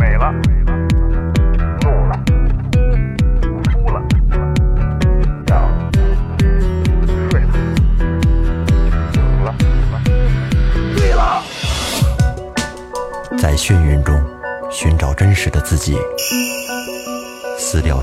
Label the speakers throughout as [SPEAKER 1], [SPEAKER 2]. [SPEAKER 1] 美了，怒了，哭了，笑了，睡了，醒了，醉了。
[SPEAKER 2] 在眩晕中寻找真实的自己，撕掉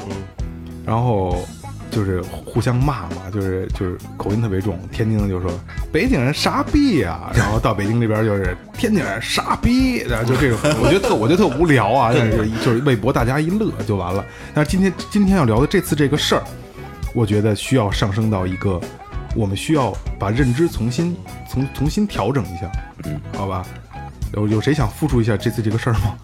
[SPEAKER 3] 然后就是互相骂嘛，就是就是口音特别重。天津的就说北京人傻逼啊，然后到北京这边就是天津人傻逼，啊然后就这种，我觉得特我觉得特无聊啊，但是就是为博大家一乐就完了。但是今天今天要聊的这次这个事儿，我觉得需要上升到一个。我们需要把认知重新重重新调整一下，嗯，好吧？有有谁想复述一下这次这个事儿吗？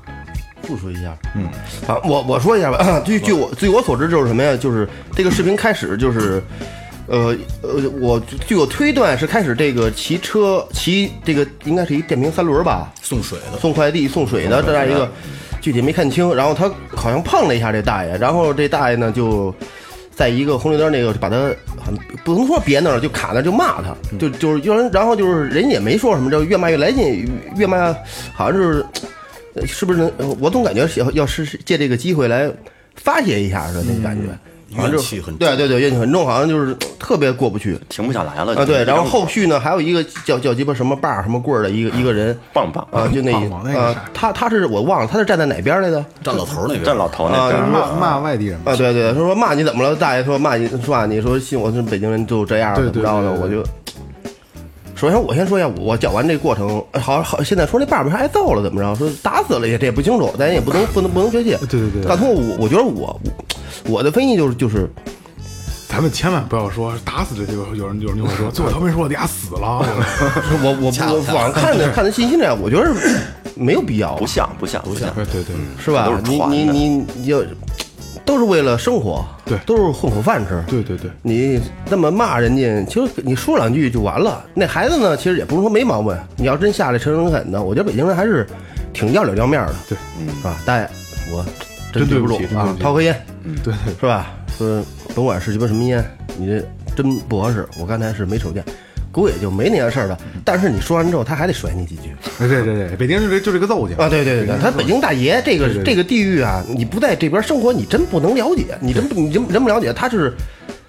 [SPEAKER 4] 复述一下。嗯，啊，我我说一下吧。 据据我据我所知就是什么呀？就是这个视频开始就是，呃呃，我据我推断是开始这个骑车骑这个应该是一电瓶三轮吧，
[SPEAKER 5] 送水的，
[SPEAKER 4] 送快递送水
[SPEAKER 5] 哦
[SPEAKER 4] 的这样一个，具体没看清。然后他好像碰了一下这大爷，然后这大爷呢就。在一个红绿灯那个，就把他好像不能说别那儿，就卡那儿就骂他，
[SPEAKER 5] 嗯
[SPEAKER 4] 就就是有人，然后就是人也没说什么，就越骂越来劲，越骂好像是呃是不是能？呃我总感觉是要要是是借这个机会来发泄一下似的那感觉，好像就
[SPEAKER 5] 嗯怨气很重
[SPEAKER 4] 对对对，怨气很重，好像就是特别过不去
[SPEAKER 6] 停不下来了
[SPEAKER 4] 啊。对，然后后
[SPEAKER 6] 续
[SPEAKER 4] 续呢，还有一个叫叫鸡巴什么把儿什么棍儿的一个一个人
[SPEAKER 6] 棒棒
[SPEAKER 4] 啊，就那
[SPEAKER 3] 棒棒那个
[SPEAKER 4] 啊
[SPEAKER 3] 啥，
[SPEAKER 4] 他他是我忘了他是站在哪边来的。
[SPEAKER 5] 站老头那边，
[SPEAKER 6] 站老头那
[SPEAKER 4] 啊
[SPEAKER 6] 边儿，
[SPEAKER 3] 骂骂外地人嘛
[SPEAKER 4] 啊，，对对，他说骂你怎么了？大爷说骂你，骂你说信我是北京人就这样，
[SPEAKER 3] 对
[SPEAKER 4] 怎么着的？
[SPEAKER 3] 对对
[SPEAKER 4] 我
[SPEAKER 3] 对
[SPEAKER 4] 就，首先我先说一下，我讲完这过程，哎好好，现在说那爸爸是挨揍了，怎么着？说打死了也这也不清楚，咱也不能不能不能确切。
[SPEAKER 3] 对对对
[SPEAKER 4] 大通，我我觉得我我我的分析就是就是
[SPEAKER 3] 咱们千万不要说打死这就有人有人就会说，最后他们说我俩死了，我，
[SPEAKER 4] 我我
[SPEAKER 5] 恰好
[SPEAKER 4] 我网上看的看的信息量，我觉得是没有必要，
[SPEAKER 6] 不像不像不像
[SPEAKER 3] 对对对，
[SPEAKER 4] 是吧
[SPEAKER 6] 都是？
[SPEAKER 4] 你
[SPEAKER 6] 传
[SPEAKER 4] 你
[SPEAKER 6] 的
[SPEAKER 4] 你你要都是为了生活，
[SPEAKER 3] 对
[SPEAKER 4] 都是混口饭吃，
[SPEAKER 3] 对对对，
[SPEAKER 4] 你这么骂人家，其实你说两句就完了。那孩子呢，其实也不是说没毛病。你要真下来诚诚恳恳的，我觉得北京人还是挺要脸要面的。
[SPEAKER 3] 对，嗯
[SPEAKER 4] 啊，大爷，我真
[SPEAKER 3] 真
[SPEAKER 4] 对
[SPEAKER 3] 对
[SPEAKER 4] 不
[SPEAKER 3] 不
[SPEAKER 4] 住
[SPEAKER 3] 起真对
[SPEAKER 4] 啊
[SPEAKER 3] 不，起嗯
[SPEAKER 4] 掏根烟
[SPEAKER 3] 对对
[SPEAKER 4] 是吧？说甭管是鸡巴什么烟，你这真不合适。我刚才是没手电，狗也就没那样事儿的。但是你说完之后，他还得甩你几句
[SPEAKER 3] 哎对对对，北京就这就这个揍去
[SPEAKER 4] 啊！对对对对，他北京大爷这个
[SPEAKER 3] 对对
[SPEAKER 4] 这个地域啊，你不在这边生活，你真不能了解，你真不你真真不了解，他是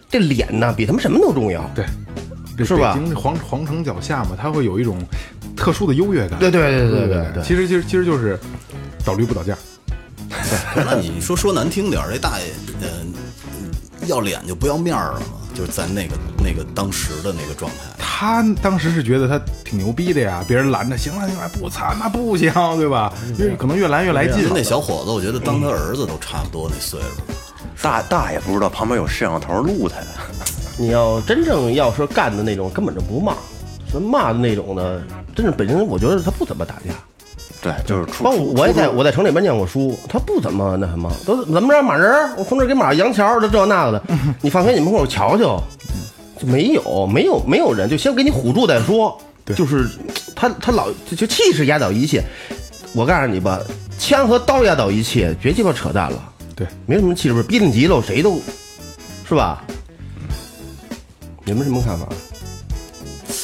[SPEAKER 4] 这脸呐，比他们什么都重要。
[SPEAKER 3] 对，这
[SPEAKER 4] 是吧
[SPEAKER 3] 北京皇皇城脚下嘛，它会有一种特殊的优越感。
[SPEAKER 4] 对对对对
[SPEAKER 3] 对
[SPEAKER 4] 对对
[SPEAKER 3] 其实其实其实就是倒驴不倒架，
[SPEAKER 5] 那你说说难听点儿，这大爷，呃，要脸就不要面儿了嘛，就是咱那个那个当时的那个状态，
[SPEAKER 3] 他当时是觉得他挺牛逼的呀，别人拦着，行了行了，不惨那不行，对吧？因为可能越拦越来劲
[SPEAKER 5] 跟
[SPEAKER 3] 了
[SPEAKER 5] 那。小伙子，我觉得当他儿子都差不多那岁数，
[SPEAKER 6] 大大爷不知道旁边有摄像头录他呀，
[SPEAKER 4] 你要真正要是干的那种，根本就不骂，什么骂的那种呢？真是北京人，我觉得他不怎么打架。
[SPEAKER 6] 对，就是出
[SPEAKER 4] 包括我也在我在城里边念过书，他不怎么那什么，都怎么着马人儿，我从这儿给马杨桥，这这那 个的。你放学你门口瞧瞧，就没有没有没有人，就先给你唬住再说。就是他他老就就气势压倒一切。我告诉你吧，枪和刀压倒一切，别鸡巴扯淡了。
[SPEAKER 3] 对，
[SPEAKER 4] 没什么气势，不是逼着急了，谁都是吧？你们什么看法？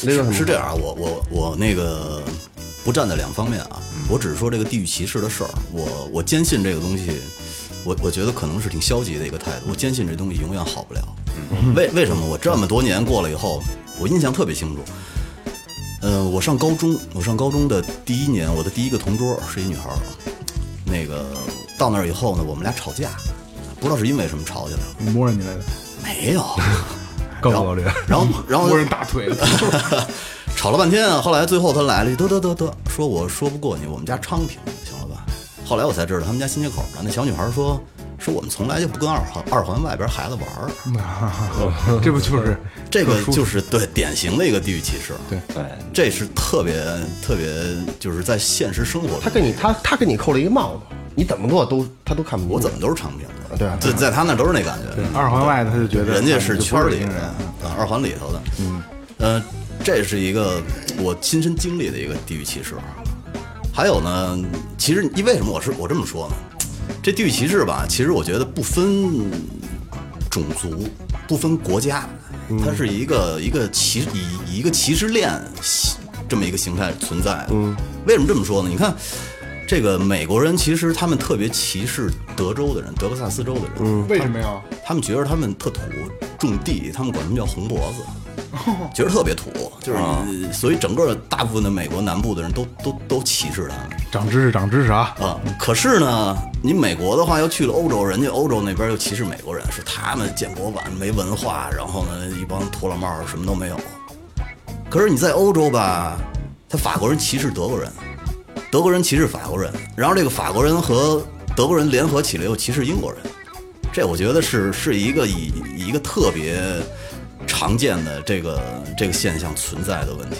[SPEAKER 4] 那个什么
[SPEAKER 5] 是这样啊，我我我那个不站在两方面啊，我只是说这个地域歧视的事儿，我我坚信这个东西，我我觉得可能是挺消极的一个态度，我坚信这东西永远好不了。为为什么我这么多年过了以后，我印象特别清楚。呃，我上高中，我上高中的第一年，我的第一个同桌是一女孩儿，那个到那儿以后呢，我们俩吵架，不知道是因为什么吵起来了，
[SPEAKER 3] 摸着你来的，
[SPEAKER 5] 没有，
[SPEAKER 7] 告诉我这个，
[SPEAKER 5] 然后 然后
[SPEAKER 3] 摸着你大腿了，
[SPEAKER 5] 吵了半天啊，后来最后他来了一句，得得得得，说我说不过你，我们家昌平，行了吧？后来我才知道他们家新街口呢，那小女孩说，说我们从来就不跟二环二环外边孩子玩儿，
[SPEAKER 4] 嗯
[SPEAKER 3] 这不就是
[SPEAKER 5] 这个
[SPEAKER 3] 特殊
[SPEAKER 5] 就是 对典型的一个地域歧视，啊
[SPEAKER 3] 对
[SPEAKER 6] 对，
[SPEAKER 5] 这是特别特别就是在现实生活中，
[SPEAKER 4] 他跟你他他跟你扣了一个帽子，你怎么做都他都看不
[SPEAKER 5] 我
[SPEAKER 4] 懂
[SPEAKER 5] 怎么都是昌平的，
[SPEAKER 4] 对啊啊
[SPEAKER 5] 在在他那都是那感觉，
[SPEAKER 3] 二环外的？他就觉得
[SPEAKER 5] 人家是
[SPEAKER 3] 就不
[SPEAKER 5] 圈里
[SPEAKER 3] 北京
[SPEAKER 5] 的
[SPEAKER 3] 人，
[SPEAKER 5] 啊，二环里头的，嗯，呃，这是一个我亲身经历的一个地域歧视。啊还有呢，其实你为什么我是我这么说呢？这地域歧视吧，其实我觉得不分种族，不分国家，
[SPEAKER 3] 嗯
[SPEAKER 5] 它是一个一个歧以以一个歧视链这么一个形态存在的。
[SPEAKER 3] 嗯
[SPEAKER 5] 为什么这么说呢？你看。这个美国人其实他们特别歧视德州的人，德克萨斯州的人。
[SPEAKER 3] 为什么呀？
[SPEAKER 5] 他们觉得他们特土，种地，他们管他们叫红脖子，觉得特别土，就是、所以整个大部分的美国南部的人都都都歧视他们。
[SPEAKER 3] 长知识，长知识啊！
[SPEAKER 5] 啊、可是呢，你美国的话要去了欧洲，人家欧洲那边又歧视美国人，说他们建国晚没文化，然后呢一帮土老帽儿什么都没有。可是你在欧洲吧，他法国人歧视德国人，德国人歧视法国人，然后这个法国人和德国人联合起来又歧视英国人，这我觉得是是一个以以一个特别常见的这个这个现象存在的问题，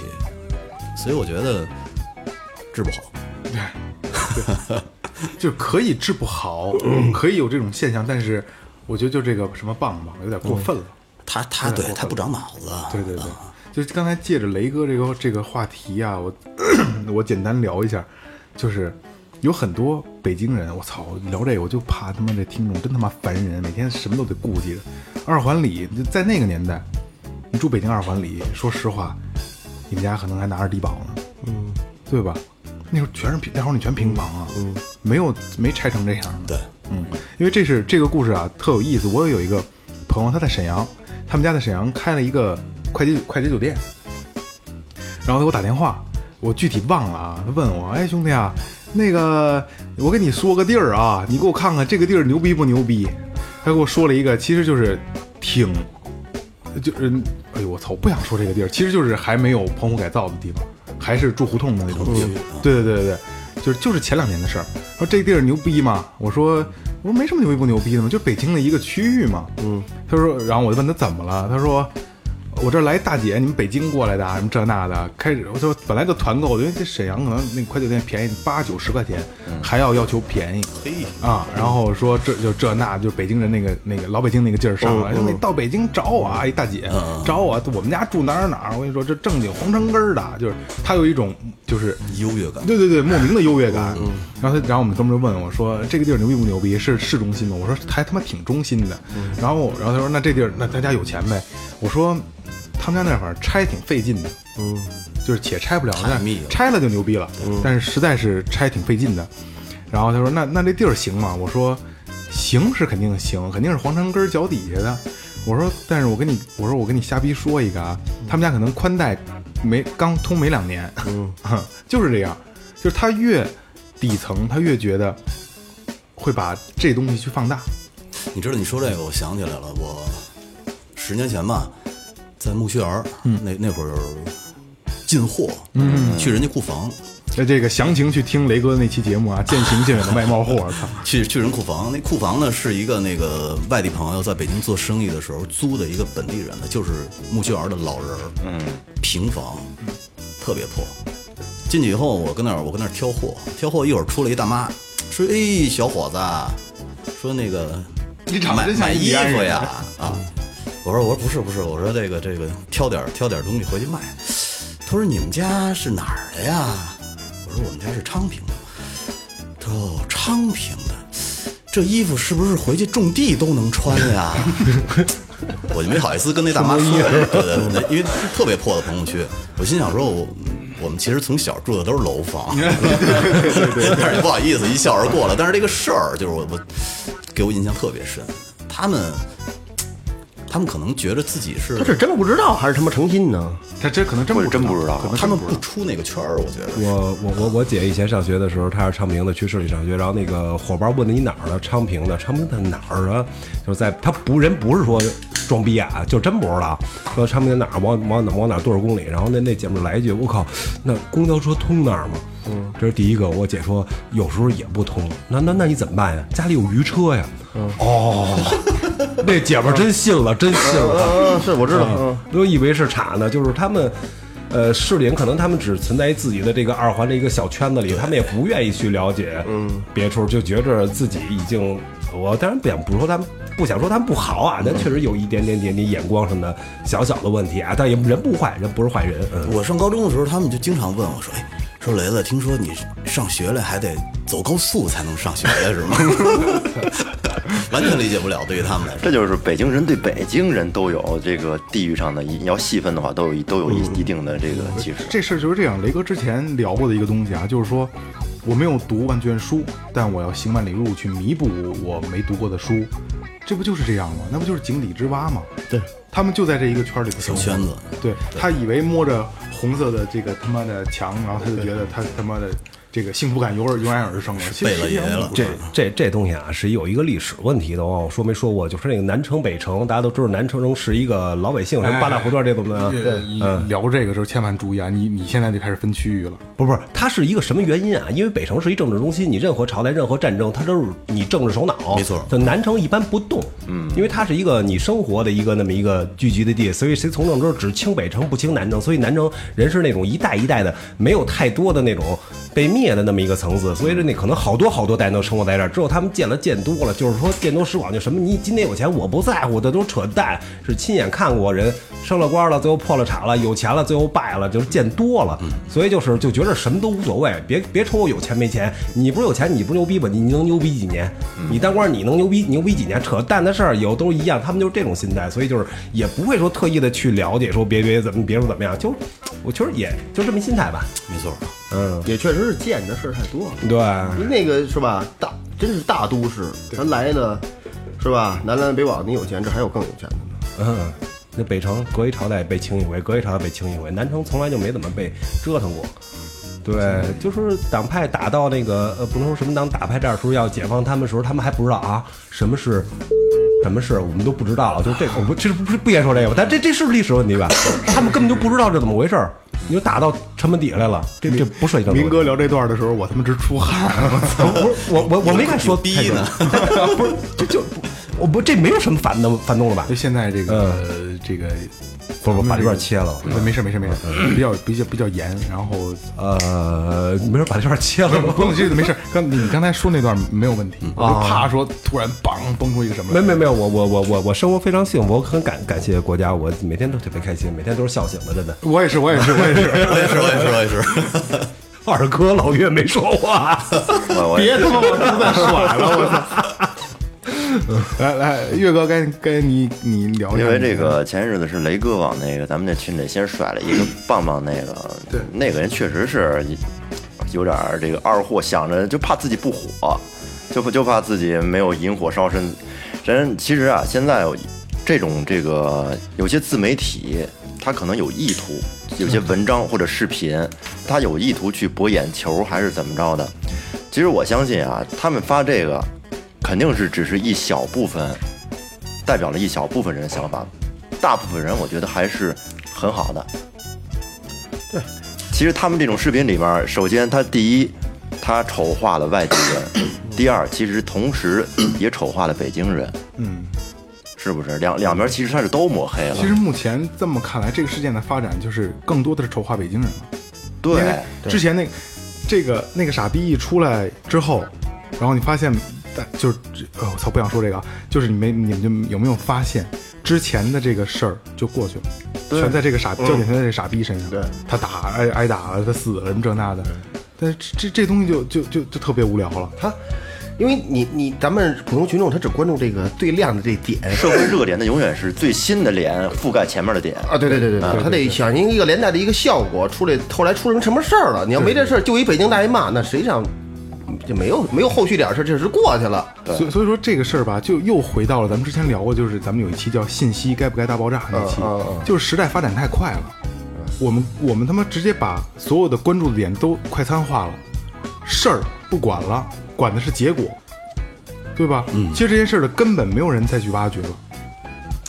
[SPEAKER 5] 所以我觉得治不好。
[SPEAKER 3] 就可以治不 好，可以有这种现象，但是我觉得就这个什么棒棒有点过分了。
[SPEAKER 5] 他他对他不长脑子，啊
[SPEAKER 3] 对对对，就是刚才借着雷哥这个这个话题啊，我 我简单聊一下，就是有很多北京人，我操，聊这个我就怕他妈这听众真他妈烦人，每天什么都得顾忌着。二环里在那个年代，你住北京二环里，说实话，你们家可能还拿着低保呢，嗯，对吧？那时候全是平，那会儿你全平房啊，嗯，没有没拆成这样的，
[SPEAKER 5] 对，
[SPEAKER 3] 嗯，因为这是这个故事啊，特有意思。我有一个朋友，他在沈阳，他们家在沈阳开了一个快捷快捷酒店，然后他给我打电话，我具体忘了啊，他问我，哎兄弟啊，那个我跟你说个地儿啊，你给我看看这个地儿牛逼不牛逼？他给我说了一个，其实就是挺，就是哎呦我操，我不想说这个地儿，其实就是还没有棚户改造的地方，还是住胡同的那种地方。对啊对对对对，就是就是前两年的事儿。说这地儿牛逼吗？我说我说没什么牛逼不牛逼的嘛，就北京的一个区域嘛。嗯，他说，然后我就问他怎么了，他说。我这儿来大姐，你们北京过来的啊，什么这那的，开始我说本来就团购，因为这沈阳可能那快酒店便宜八九十块钱，还要要求便宜，啊，然后说这就这那，就北京人那个那个老北京那个劲儿上来，说你到北京找我啊，一大姐找我，我们家住哪儿哪儿，我跟你说这正经皇城根儿的，就是他有一种就是
[SPEAKER 5] 优越感。
[SPEAKER 3] 对对对，莫名的优越感。然后他，然后我们哥们儿就问我说：“这个地儿牛逼不牛逼？是市中心吗？”我说：“还他妈挺中心的。”然后我，然后他说：“那这地儿，那他家有钱呗？”我说：“他们家那反正拆挺费劲的，嗯，就是且拆不了，
[SPEAKER 5] 太
[SPEAKER 3] 那
[SPEAKER 5] 密了
[SPEAKER 3] 拆了就牛逼了，但是实在是拆挺费劲的。”然后他说：“那那这地儿行吗？”我说：“行是肯定行，肯定是皇城根儿脚底下的。”我说：“但是我跟你，我说我跟你瞎逼说一个啊，他们家可能宽带没刚通没两年，嗯， 就是这样，就是他越底层，他越觉得会把这东西去放大。
[SPEAKER 5] 你知道你说这个，我想起来了，我十年前吧，在木樨园儿
[SPEAKER 3] 嗯
[SPEAKER 5] 那那会儿进货，嗯，去人家库房，
[SPEAKER 3] 那这个详情去听雷哥那期节目啊，渐行渐远的外贸货，操，
[SPEAKER 5] 去去人库房，那库房呢是一个那个外地朋友在北京做生意的时候租的一个本地人的，就是木樨园的老人，嗯，平房，特别破。进去以后，我跟那儿我跟那儿挑货，挑货一会儿出来一大妈，说：“哎，小伙子，说那个
[SPEAKER 3] 你长得
[SPEAKER 5] 买
[SPEAKER 3] 真像
[SPEAKER 5] 买
[SPEAKER 3] 印
[SPEAKER 5] 衣
[SPEAKER 3] 第安人
[SPEAKER 5] 服呀啊！”我说：“我说不是不是，我说这个这个挑点挑点东西回去卖。”他说：“你们家是哪儿的呀？”我说：“我们家是昌平的。”他说：“哦，昌平的，这衣服是不是回去种地都能穿 呀？”我就没好意思跟那大妈说，对对对，因为特别破的棚户区，我心想说我。我们其实从小住的都是楼 房，但是也不好意思一笑而过了。但是这个事儿就是我我给我印象特别深，他们他们可能觉得自己是
[SPEAKER 4] 他是真不知道还是他妈诚心呢？
[SPEAKER 3] 他这可能真
[SPEAKER 6] 我
[SPEAKER 3] 不
[SPEAKER 6] 是真不知道
[SPEAKER 3] 可能
[SPEAKER 5] 他们
[SPEAKER 4] 啊
[SPEAKER 5] 不出那个圈儿，我觉得
[SPEAKER 7] 我我我我姐以前上学的时候，她是昌平的，去市里上学，然后那个伙伴问她你哪儿的，昌平的，昌平在哪儿啊？就是在她不人不是说装逼啊，就真不知道，说昌平在哪儿，往往哪往哪多少公里，然后那那姐们儿来一句我靠，那公交车通那儿吗？嗯，这是第一个。我姐说有时候也不通，那那那你怎么办呀？家里有余车呀。哦，那姐们儿真信了，真信了。
[SPEAKER 4] 嗯，是我知道，嗯
[SPEAKER 7] 嗯，都以为是岔呢，就是他们。呃，市里人可能他们只存在于自己的这个二环的一个小圈子里，他们也不愿意去了解，嗯，别处就觉着自己已经，我当然不想不说他们，不想说他们不好啊，但确实有一点点点点眼光上的小小的问题啊，但也人不坏，人不是坏人，嗯，
[SPEAKER 5] 我上高中的时候，他们就经常问我说：“哎，说雷子，听说你上学了还得走高速才能上学呀，是吗？” 完全理解不了，对于他们来说，
[SPEAKER 6] 这就是北京人对北京人都有这个地域上的一，你要细分的话，都有一都有一
[SPEAKER 4] 嗯
[SPEAKER 6] 一定的这个技术。
[SPEAKER 3] 这事儿就是这样。雷哥之前聊过的一个东西啊，就是说我没有读万卷书，但我要行万里路去弥补我没读过的书，这不就是这样吗？那不就是井底之蛙吗？
[SPEAKER 4] 对，
[SPEAKER 3] 他们就在这一个圈儿里头
[SPEAKER 5] 小
[SPEAKER 3] 生活。
[SPEAKER 5] 圈子。
[SPEAKER 3] 对他以为摸着红色的这个他妈的墙，然后他就觉得他他妈的这个幸福感油然油然而生了，其实
[SPEAKER 5] 贝勒爷了
[SPEAKER 3] 这
[SPEAKER 7] 这 这这东西啊是有一个历史问题的哦，我说没说过，就是那个南城北城，大家都知道南城是一个老百姓什么八大胡同这种的，
[SPEAKER 3] 呃聊这个时候千万注意啊！你你现在就开始分区域了，
[SPEAKER 7] 不是不是，它是一个什么原因啊？因为北城是一政治中心，你任何朝代、任何战争，它都是你政治首脑。
[SPEAKER 5] 没错
[SPEAKER 7] 就南城一般不动，嗯，因为它是一个你生活的一个那么一个聚集的地，所以谁从政之后只清北城不清南城，所以南城人是那种一代一代的，没有太多的那种被灭的那么一个层次，所以这那可能好多好多代都生活在这儿。之后他们建了建都了，就是说见多识广，就什么你今天有钱我不在乎，这都扯淡，是亲眼看过人升了官了，最后破了产了，有钱了最后败了，就是见多了，所以就是就觉得什么都无所谓，别别瞅我有钱没钱，你不是有钱你不是牛逼吧？你你能牛逼几年？
[SPEAKER 5] 嗯
[SPEAKER 7] 你当官你能牛逼牛逼几年？扯淡的事儿有都一样，他们就是这种心态，所以就是也不会说特意的去了解说别别怎么别说怎么样，就我确实也就这么一心态吧。
[SPEAKER 5] 没错，
[SPEAKER 7] 嗯，
[SPEAKER 4] 也确实是见的事儿太多了。
[SPEAKER 7] 对，
[SPEAKER 4] 因为那个是吧，大真是大都市，咱来的是吧，南来北往，你有钱，这还有更有钱的呢。
[SPEAKER 7] 嗯，那北城隔一朝代被清一回，隔一朝代被清一回，南城从来就没怎么被折腾过。对，就是党派打到那个呃，不能说什么党打派战时候要解放他们的时候，他们还不知道啊什么是什么是，我们都不知道。就这个，我不这不不不先说这个，但这这是历史问题吧？他们根本就不知道这怎么回事儿，你就打到城门底下来了，这这不是一个
[SPEAKER 3] 明哥聊这段的时候，我他妈直出 汗。
[SPEAKER 7] 不是我我我没敢说
[SPEAKER 5] 逼呢
[SPEAKER 7] 太多， 不是这就我不这没有什么反动反动了吧
[SPEAKER 5] 哎
[SPEAKER 3] 就？现在这个、这个，
[SPEAKER 7] 不不
[SPEAKER 3] 咱们
[SPEAKER 7] 把这
[SPEAKER 3] 这
[SPEAKER 7] 段
[SPEAKER 3] 个
[SPEAKER 5] 嗯
[SPEAKER 7] 切了
[SPEAKER 3] 对呃没事没事没事，比较比较比较严，然后
[SPEAKER 7] 呃，没人把这段切了
[SPEAKER 3] 不用，这嗯啊个没事。刚你刚才说那段没有问题，我就怕说突然梆崩出一个什么
[SPEAKER 7] 没
[SPEAKER 3] 来。
[SPEAKER 7] 没没有，我我我我我生活非常幸福，我很感感谢国家，我每天都特别开心，每天都是笑醒的，真的。
[SPEAKER 3] 我也是，我也是，我也是。
[SPEAKER 5] 我也是，我也是，我也是。
[SPEAKER 7] 二哥老岳没说话，
[SPEAKER 6] 我我
[SPEAKER 3] 别他妈我都在耍了，我操！ 来来，岳哥该该你你聊一下，
[SPEAKER 6] 因为这个前些日子是雷哥往那个咱们那群里先甩了一个棒棒那个，对，那个人确实是有点儿这个二货，想着就怕自己不火，就不就怕自己没有引火烧身。人其实啊，现在这种这个有些自媒体，他可能有意图，有些文章或者视频，他有意图去博眼球还是怎么着的。其实我相信啊，他们发这个肯定是只是一小部分代表了一小部分人的想法，大部分人我觉得还是很好的。其实他们这种视频里边儿，首先他第一，他丑化了外地人；第二，其实同时也丑化了北京人。嗯，是不是？两两边其实他是都抹黑了。
[SPEAKER 3] 其实目前这么看来，这个事件的发展就是更多的是丑化北京人了。因为
[SPEAKER 6] 对，
[SPEAKER 3] 之前那这个那个傻逼一出来之后，然后你发现，但就是呃，我操，不想说这个啊，就是你没你们就有没有发现之前的这个事儿就过去了。全在这个傻，
[SPEAKER 6] 嗯
[SPEAKER 3] 焦点全在这傻逼身上。对，他打挨挨打了，他死了，什么这那的。但是这这这东西就就就就特别无聊了。
[SPEAKER 4] 他，因为你你咱们普通群众，他只关注这个最亮的这点
[SPEAKER 6] 社会热点的永远是最新的脸覆盖前面的点。
[SPEAKER 4] 啊，对对对对对，他得响应一个连带的一个效果出来。后来出了什么事儿了？你要没这事儿，就一北京大爷骂，那谁想就没有没有后续点儿事儿，这是过去了。
[SPEAKER 3] 所以所以说这个事儿吧，就又回到了咱们之前聊过，就是咱们有一期叫“信息该不该大爆炸”那期，就是时代发展太快了，我们我们他妈直接把所有的关注点都快餐化了，事儿不管了，管的是结果，对吧？嗯，其实这件事儿的根本没有人再去挖掘了。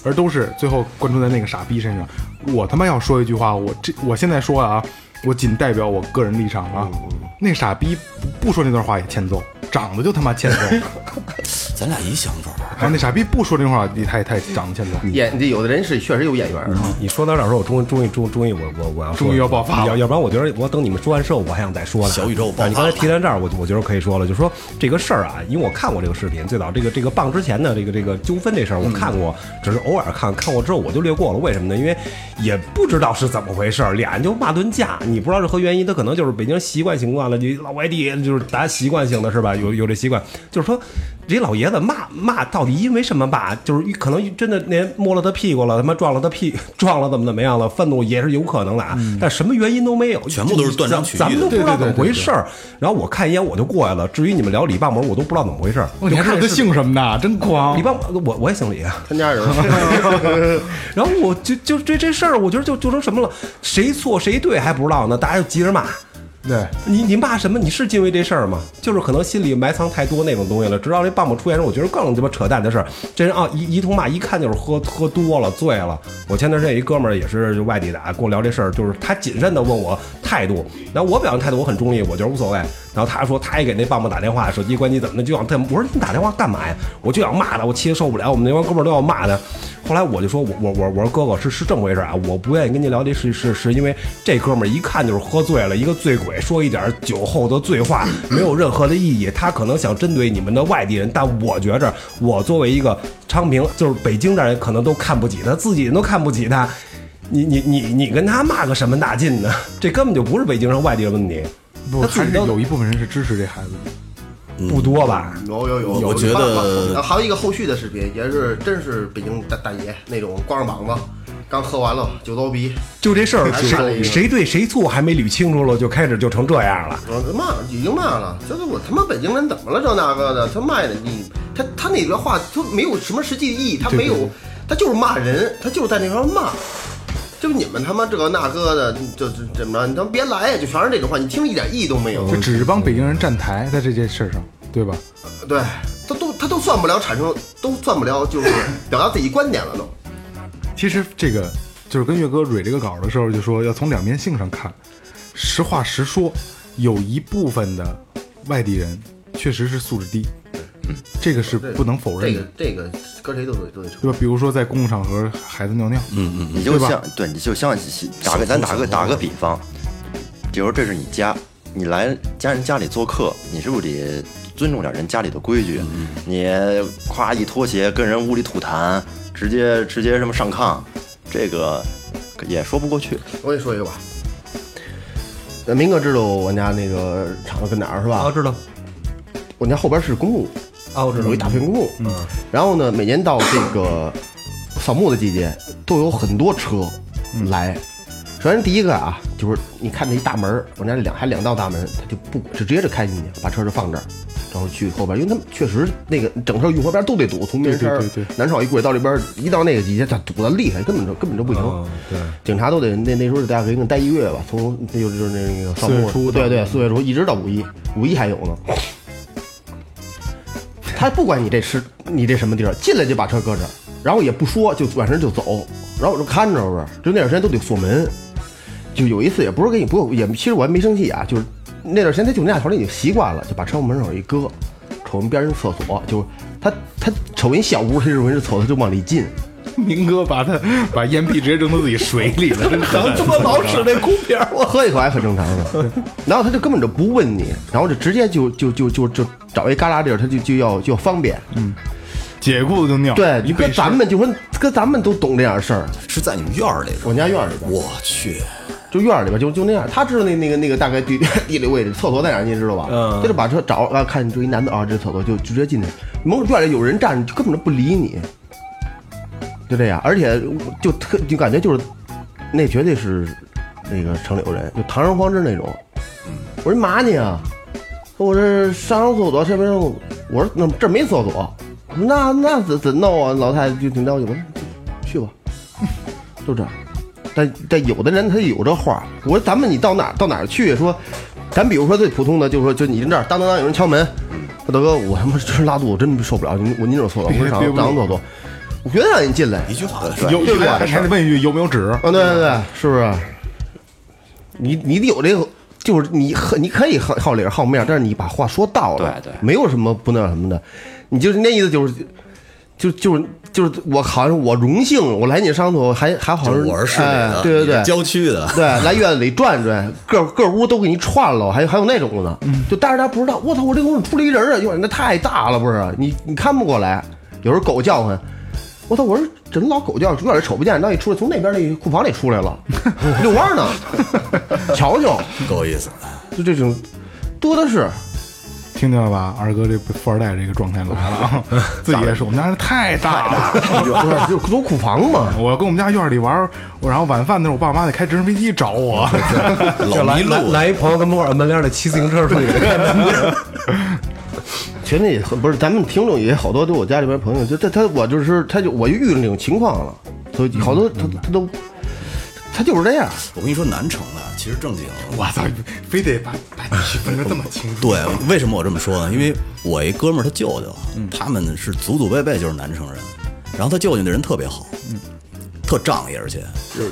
[SPEAKER 3] 而都是最后关注在那个傻逼身上。我他妈要说一句话，我这我现在说啊，我仅代表我个人立场啊。那傻逼不不说那段话也欠揍，长得就他妈欠揍。
[SPEAKER 5] 咱俩一想法儿，
[SPEAKER 3] 啊，那傻逼不说这话，你太太长得欠揍。
[SPEAKER 4] 演这有的人是确实有眼缘儿，
[SPEAKER 7] 你说到这儿的时候，我终于终于终终于我我我要说
[SPEAKER 3] 终于要爆发了
[SPEAKER 7] 要要不然我觉得我等你们说完之后，我还想再说呢。
[SPEAKER 5] 小宇宙爆发
[SPEAKER 7] 但
[SPEAKER 5] 了
[SPEAKER 7] 你刚才提到这儿，我我觉得可以说了，就说这个事儿啊，因为我看过这个视频，最早这个这个棒之前的这个这个纠纷这事儿
[SPEAKER 5] 嗯
[SPEAKER 7] 我看过，只是偶尔看看过之后我就略过了。为什么呢？因为也不知道是怎么回事儿，俩人就骂顿架，你不知道是何原因，他可能就是北京习惯性惯了，你老外地就是大家习惯性的是吧？有有这习惯，就是说这老爷子骂骂到底因为什么骂？就是可能真的连摸了他屁股了，他妈撞了他屁，撞了怎么怎么样了，愤怒也是有可能的啊。但什么原因都没有，
[SPEAKER 5] 嗯全部都是断章取义的
[SPEAKER 7] 咱咱们都不知道
[SPEAKER 3] 对对对
[SPEAKER 7] 怎么回事儿。然后我看一眼我就过来了。至于你们聊李棒门，我都不知道怎么回事儿。
[SPEAKER 3] 哦你还知道他姓什么呢？真狂
[SPEAKER 7] 李！棒，我我也姓李啊。
[SPEAKER 4] 他家人
[SPEAKER 7] 然后我就就这这事儿，我觉得就就成什么了，谁错谁对还不知道呢，大家就急着骂。
[SPEAKER 3] 对，
[SPEAKER 7] 你你骂什么？你是因为这事儿吗？就是可能心里埋藏太多那种东西了。直到这棒棒出现时，我觉得更鸡巴扯淡的事儿。这人啊，一一通骂，一看就是喝喝多了，醉了。我前段时间有一哥们儿也是就外地的啊，跟我聊这事儿，就是他谨慎的问我态度，然后我表现态度我很中立，我觉得无所谓。然后他说他也给那棒棒打电话，手机关机怎么的，就想他，我说你打电话干嘛呀？我就想骂他，我气得受不了，我们那帮哥们儿都要骂他。后来我就说，我我我我说哥哥是是这么回事啊，我不愿意跟您聊这事是是因为这哥们儿一看就是喝醉了，一个醉鬼，说一点酒后的醉话， 没有任何的意义。他可能想针对你们的外地人，但我觉着我作为一个昌平，就是北京这儿人，可能都看不起他，自己人都看不起他。你你你你跟他骂个什么大劲呢？这根本就不是北京人外地人问题，
[SPEAKER 3] 不
[SPEAKER 7] 他自
[SPEAKER 3] 还
[SPEAKER 7] 己
[SPEAKER 3] 是
[SPEAKER 7] 都
[SPEAKER 3] 有一部分人是支持这孩子的。
[SPEAKER 7] 不多吧？
[SPEAKER 4] 有有有，
[SPEAKER 5] 我觉得
[SPEAKER 4] 然后还有一个后续的视频，也是真是北京大大爷那种光着膀子，刚喝完了酒糟鼻，
[SPEAKER 7] 就这事儿，
[SPEAKER 4] 还差了一个
[SPEAKER 7] 谁谁对谁错还没捋清楚了，就开始就成这样了。
[SPEAKER 4] 我他骂已经骂了，就是我他妈北京人怎么了这那个的，他骂的你，他他那个话他没有什么实际意义，他没有，他就是骂人，他就是在那边骂，就是你们他妈这个那个的，就就怎么着，你他妈别来呀，就全是这种话，你听着一点意义都没有，
[SPEAKER 3] 就只是帮北京人站台，在这件事儿上，对吧？
[SPEAKER 4] 对，他都他都算不了产生，都算不了就是表达自己观点了都。
[SPEAKER 3] 其实这个就是跟岳哥蕊这个稿的时候就说要从两面性上看，实话实说，有一部分的外地人确实是素质低，这个是不能否认
[SPEAKER 4] 这
[SPEAKER 3] 的
[SPEAKER 4] 个，这个跟谁都得都得承
[SPEAKER 3] 对吧？比如说在公共场合孩子尿尿，嗯嗯，
[SPEAKER 6] 你就
[SPEAKER 3] 对吧
[SPEAKER 6] 像对，你就像打个咱打个打个比方，比如这是你家，你来家人家里做客，你是不是得尊重点人家里的规矩？你夸一脱鞋跟人屋里吐痰，直接直接什么上炕，这个也说不过去。
[SPEAKER 4] 我跟你说一个吧，呃，明哥知道我家那个厂子跟哪儿是吧？
[SPEAKER 7] 啊知道，
[SPEAKER 4] 我家后边是公墓，
[SPEAKER 7] 啊，我知
[SPEAKER 4] 有一大片公墓。嗯，然后呢，每年到这个扫墓的季节，都有很多车来。首先第一个啊，就是你看这一大门儿，我家两还两道大门，他就不就直接就开进去，把车就放这儿，然后去后边，因为他们确实那个整条运河边都得堵，从面
[SPEAKER 3] 对
[SPEAKER 4] 山
[SPEAKER 3] 对对
[SPEAKER 4] 南少一过去到这边，一到那个季节，他堵的厉害，根本就根本就不行。
[SPEAKER 7] 啊对，
[SPEAKER 4] 警察都得那那时候得大概给你待一月吧，从那就就是那那个扫
[SPEAKER 3] 四
[SPEAKER 4] 墓
[SPEAKER 3] 月初到
[SPEAKER 4] 对对，四月初一直到五一，五一还有呢。他不管你这是你这什么地儿，进来就把车搁这儿，然后也不说，就转身就走，然后我就看着我这儿，就那段时间都得锁门。就有一次也不是给你不用也，其实我还没生气啊，就是那段时间他就那头里已经习惯了，就把车往门口一搁，瞅人边上厕所，就他他瞅人小屋，他就闻着厕所他就往里进。
[SPEAKER 3] 明哥把他把烟屁直接扔到自己水里了，真 狠！
[SPEAKER 4] 他妈老使那空瓶，我喝一口还很正常的。 然后他就根本就不问你，然后就直接就就就就就找一旮旯地儿，他就就要就要方便。
[SPEAKER 3] 解裤子就尿，
[SPEAKER 4] 对，
[SPEAKER 3] 一
[SPEAKER 4] 你跟
[SPEAKER 3] 背
[SPEAKER 4] 咱们就说，跟咱们都懂这样的事儿。
[SPEAKER 5] 是在你们院儿里边
[SPEAKER 4] 我
[SPEAKER 5] 儿。
[SPEAKER 4] 家院儿里边，
[SPEAKER 5] 我去，
[SPEAKER 4] 就院儿里边就就那样。他知道那那个那个大概地 地理位置，厕所在哪儿，你知道吧？
[SPEAKER 7] 嗯
[SPEAKER 4] 他就把车找啊，看这一男的啊，这厕所就直接进去。门口院里有人站着，就根本就不理你，就这样。而且就特就感觉就是那绝对是那个城里有人，就堂而皇之那种。我说你嘛你啊？我这上完厕所这边，我说那这没厕所，那那怎怎弄啊？老太太就挺着急，我说去吧，就这样。但但有的人他有这话儿，我说咱们你到哪儿到哪儿去说，咱比如说最普通的就是说，就你那儿当当当有人敲门，说大哥我他妈真拉肚子，我真受不了，你我您这有厕所，我说上
[SPEAKER 3] 憋不住
[SPEAKER 4] 上厕所，我绝对让你进来。
[SPEAKER 5] 一句话的事
[SPEAKER 3] 有
[SPEAKER 4] 对不对
[SPEAKER 3] 还得问一句有没有纸？
[SPEAKER 4] 啊，对对对，是不是？你你得有这个，就是你很你可以好好脸好面，但是你把话说到了，
[SPEAKER 6] 对对
[SPEAKER 4] 没有什么不那什么的，你就是那意思就是，就就是就是我好像我荣幸我来你上头还还好
[SPEAKER 5] 就
[SPEAKER 4] 像
[SPEAKER 5] 我是市里
[SPEAKER 4] 哎
[SPEAKER 5] 的，、
[SPEAKER 4] 对对
[SPEAKER 5] 你
[SPEAKER 4] 对
[SPEAKER 5] 是，郊区的，
[SPEAKER 4] 对，来院子里转转，各各屋都给你串了，还有还有那种呢，就但是他不知道，我操，我这屋里出了一人啊，有点那太大了，不是？你你看不过来，有时候狗叫唤，我操，我说这老狗叫，有点瞅不见，那一出来从那边那库房里出来了，遛弯呢，瞧瞧，
[SPEAKER 5] 够意思。
[SPEAKER 4] 就这种多的是，
[SPEAKER 3] 听见了吧？二哥这富二代这个状态来了 啊！自己也是，我们家人太大了。
[SPEAKER 4] 不是就走库房嘛，
[SPEAKER 3] 我跟我们家院里玩儿，我然后晚饭的时候，我爸妈得开直升飞机找 我。
[SPEAKER 7] 就
[SPEAKER 5] 老
[SPEAKER 7] 来
[SPEAKER 5] 迷
[SPEAKER 7] 来
[SPEAKER 5] 路，
[SPEAKER 7] 来一朋友跟门口门帘里骑自行车出去，
[SPEAKER 4] 群里很不是咱们听众也好多，都我家里边朋友，就他他我就是他就我就遇到这种情况了，所以好多他他都他就是这样。
[SPEAKER 5] 我跟你说，南城的其实正经，
[SPEAKER 3] 我操，非得把把你区分的这么清楚。
[SPEAKER 5] 对，为什么我这么说呢？因为我一哥们儿他舅舅，
[SPEAKER 3] 嗯
[SPEAKER 5] 他们是祖祖辈辈就是南城人，然后他舅舅那人特别好，
[SPEAKER 3] 嗯
[SPEAKER 5] 特仗义，而且，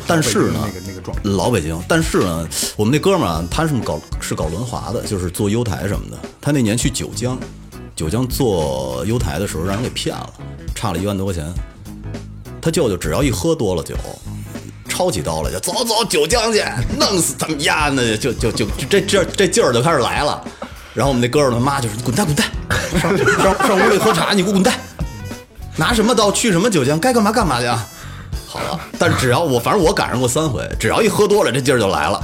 [SPEAKER 5] 但是呢，
[SPEAKER 3] 那个那个状态
[SPEAKER 5] 老北京，但是呢，我们那哥们儿啊，他是搞是搞轮滑的，就是做优台什么的。他那年去九江，九江做优台的时候让人给骗了，差了一万多块钱。他舅舅只要一喝多了酒，抄起刀来就走走九江去，弄死他们丫的，就就就就这这这劲儿就开始来了。然后我们那哥们儿他妈就是滚蛋滚蛋， 上上上屋里喝茶，你给我滚蛋，拿什么刀去什么九江，该干嘛干嘛去啊。好了，但是只要我，反正我赶上过三回，只要一喝多了，这劲儿就来了。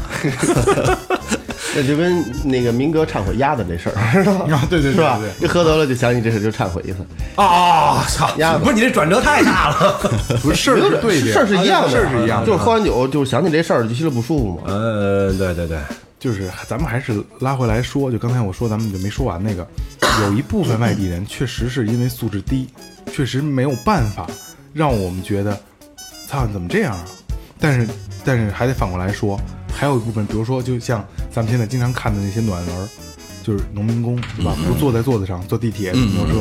[SPEAKER 4] 那就跟那个民革忏悔鸭子这事儿是 吧？
[SPEAKER 3] 啊对对对
[SPEAKER 4] 是吧
[SPEAKER 3] 对？
[SPEAKER 4] 一喝多了就想起这事就忏悔一次，
[SPEAKER 7] 啊！操
[SPEAKER 4] 鸭子
[SPEAKER 7] 不是你这转折太大了。
[SPEAKER 3] 不是事儿是对的，
[SPEAKER 4] 事儿是一样的，
[SPEAKER 3] 事儿是一样的，
[SPEAKER 4] 就是喝完酒就是想起这事儿就心里不舒服嘛。
[SPEAKER 7] 呃，对对对，
[SPEAKER 3] 就是咱们还是拉回来说，就刚才我说咱们就没说完那个，有一部分外地人确实是因为素质低，确实没有办法让我们觉得，操，你怎么这样啊？但是但是还得反过来说，还有一部分，比如说就像咱们现在经常看的那些暖文儿，就是农民工是
[SPEAKER 4] 嗯
[SPEAKER 3] 吧？不坐在座子上，坐地铁、坐摩托车，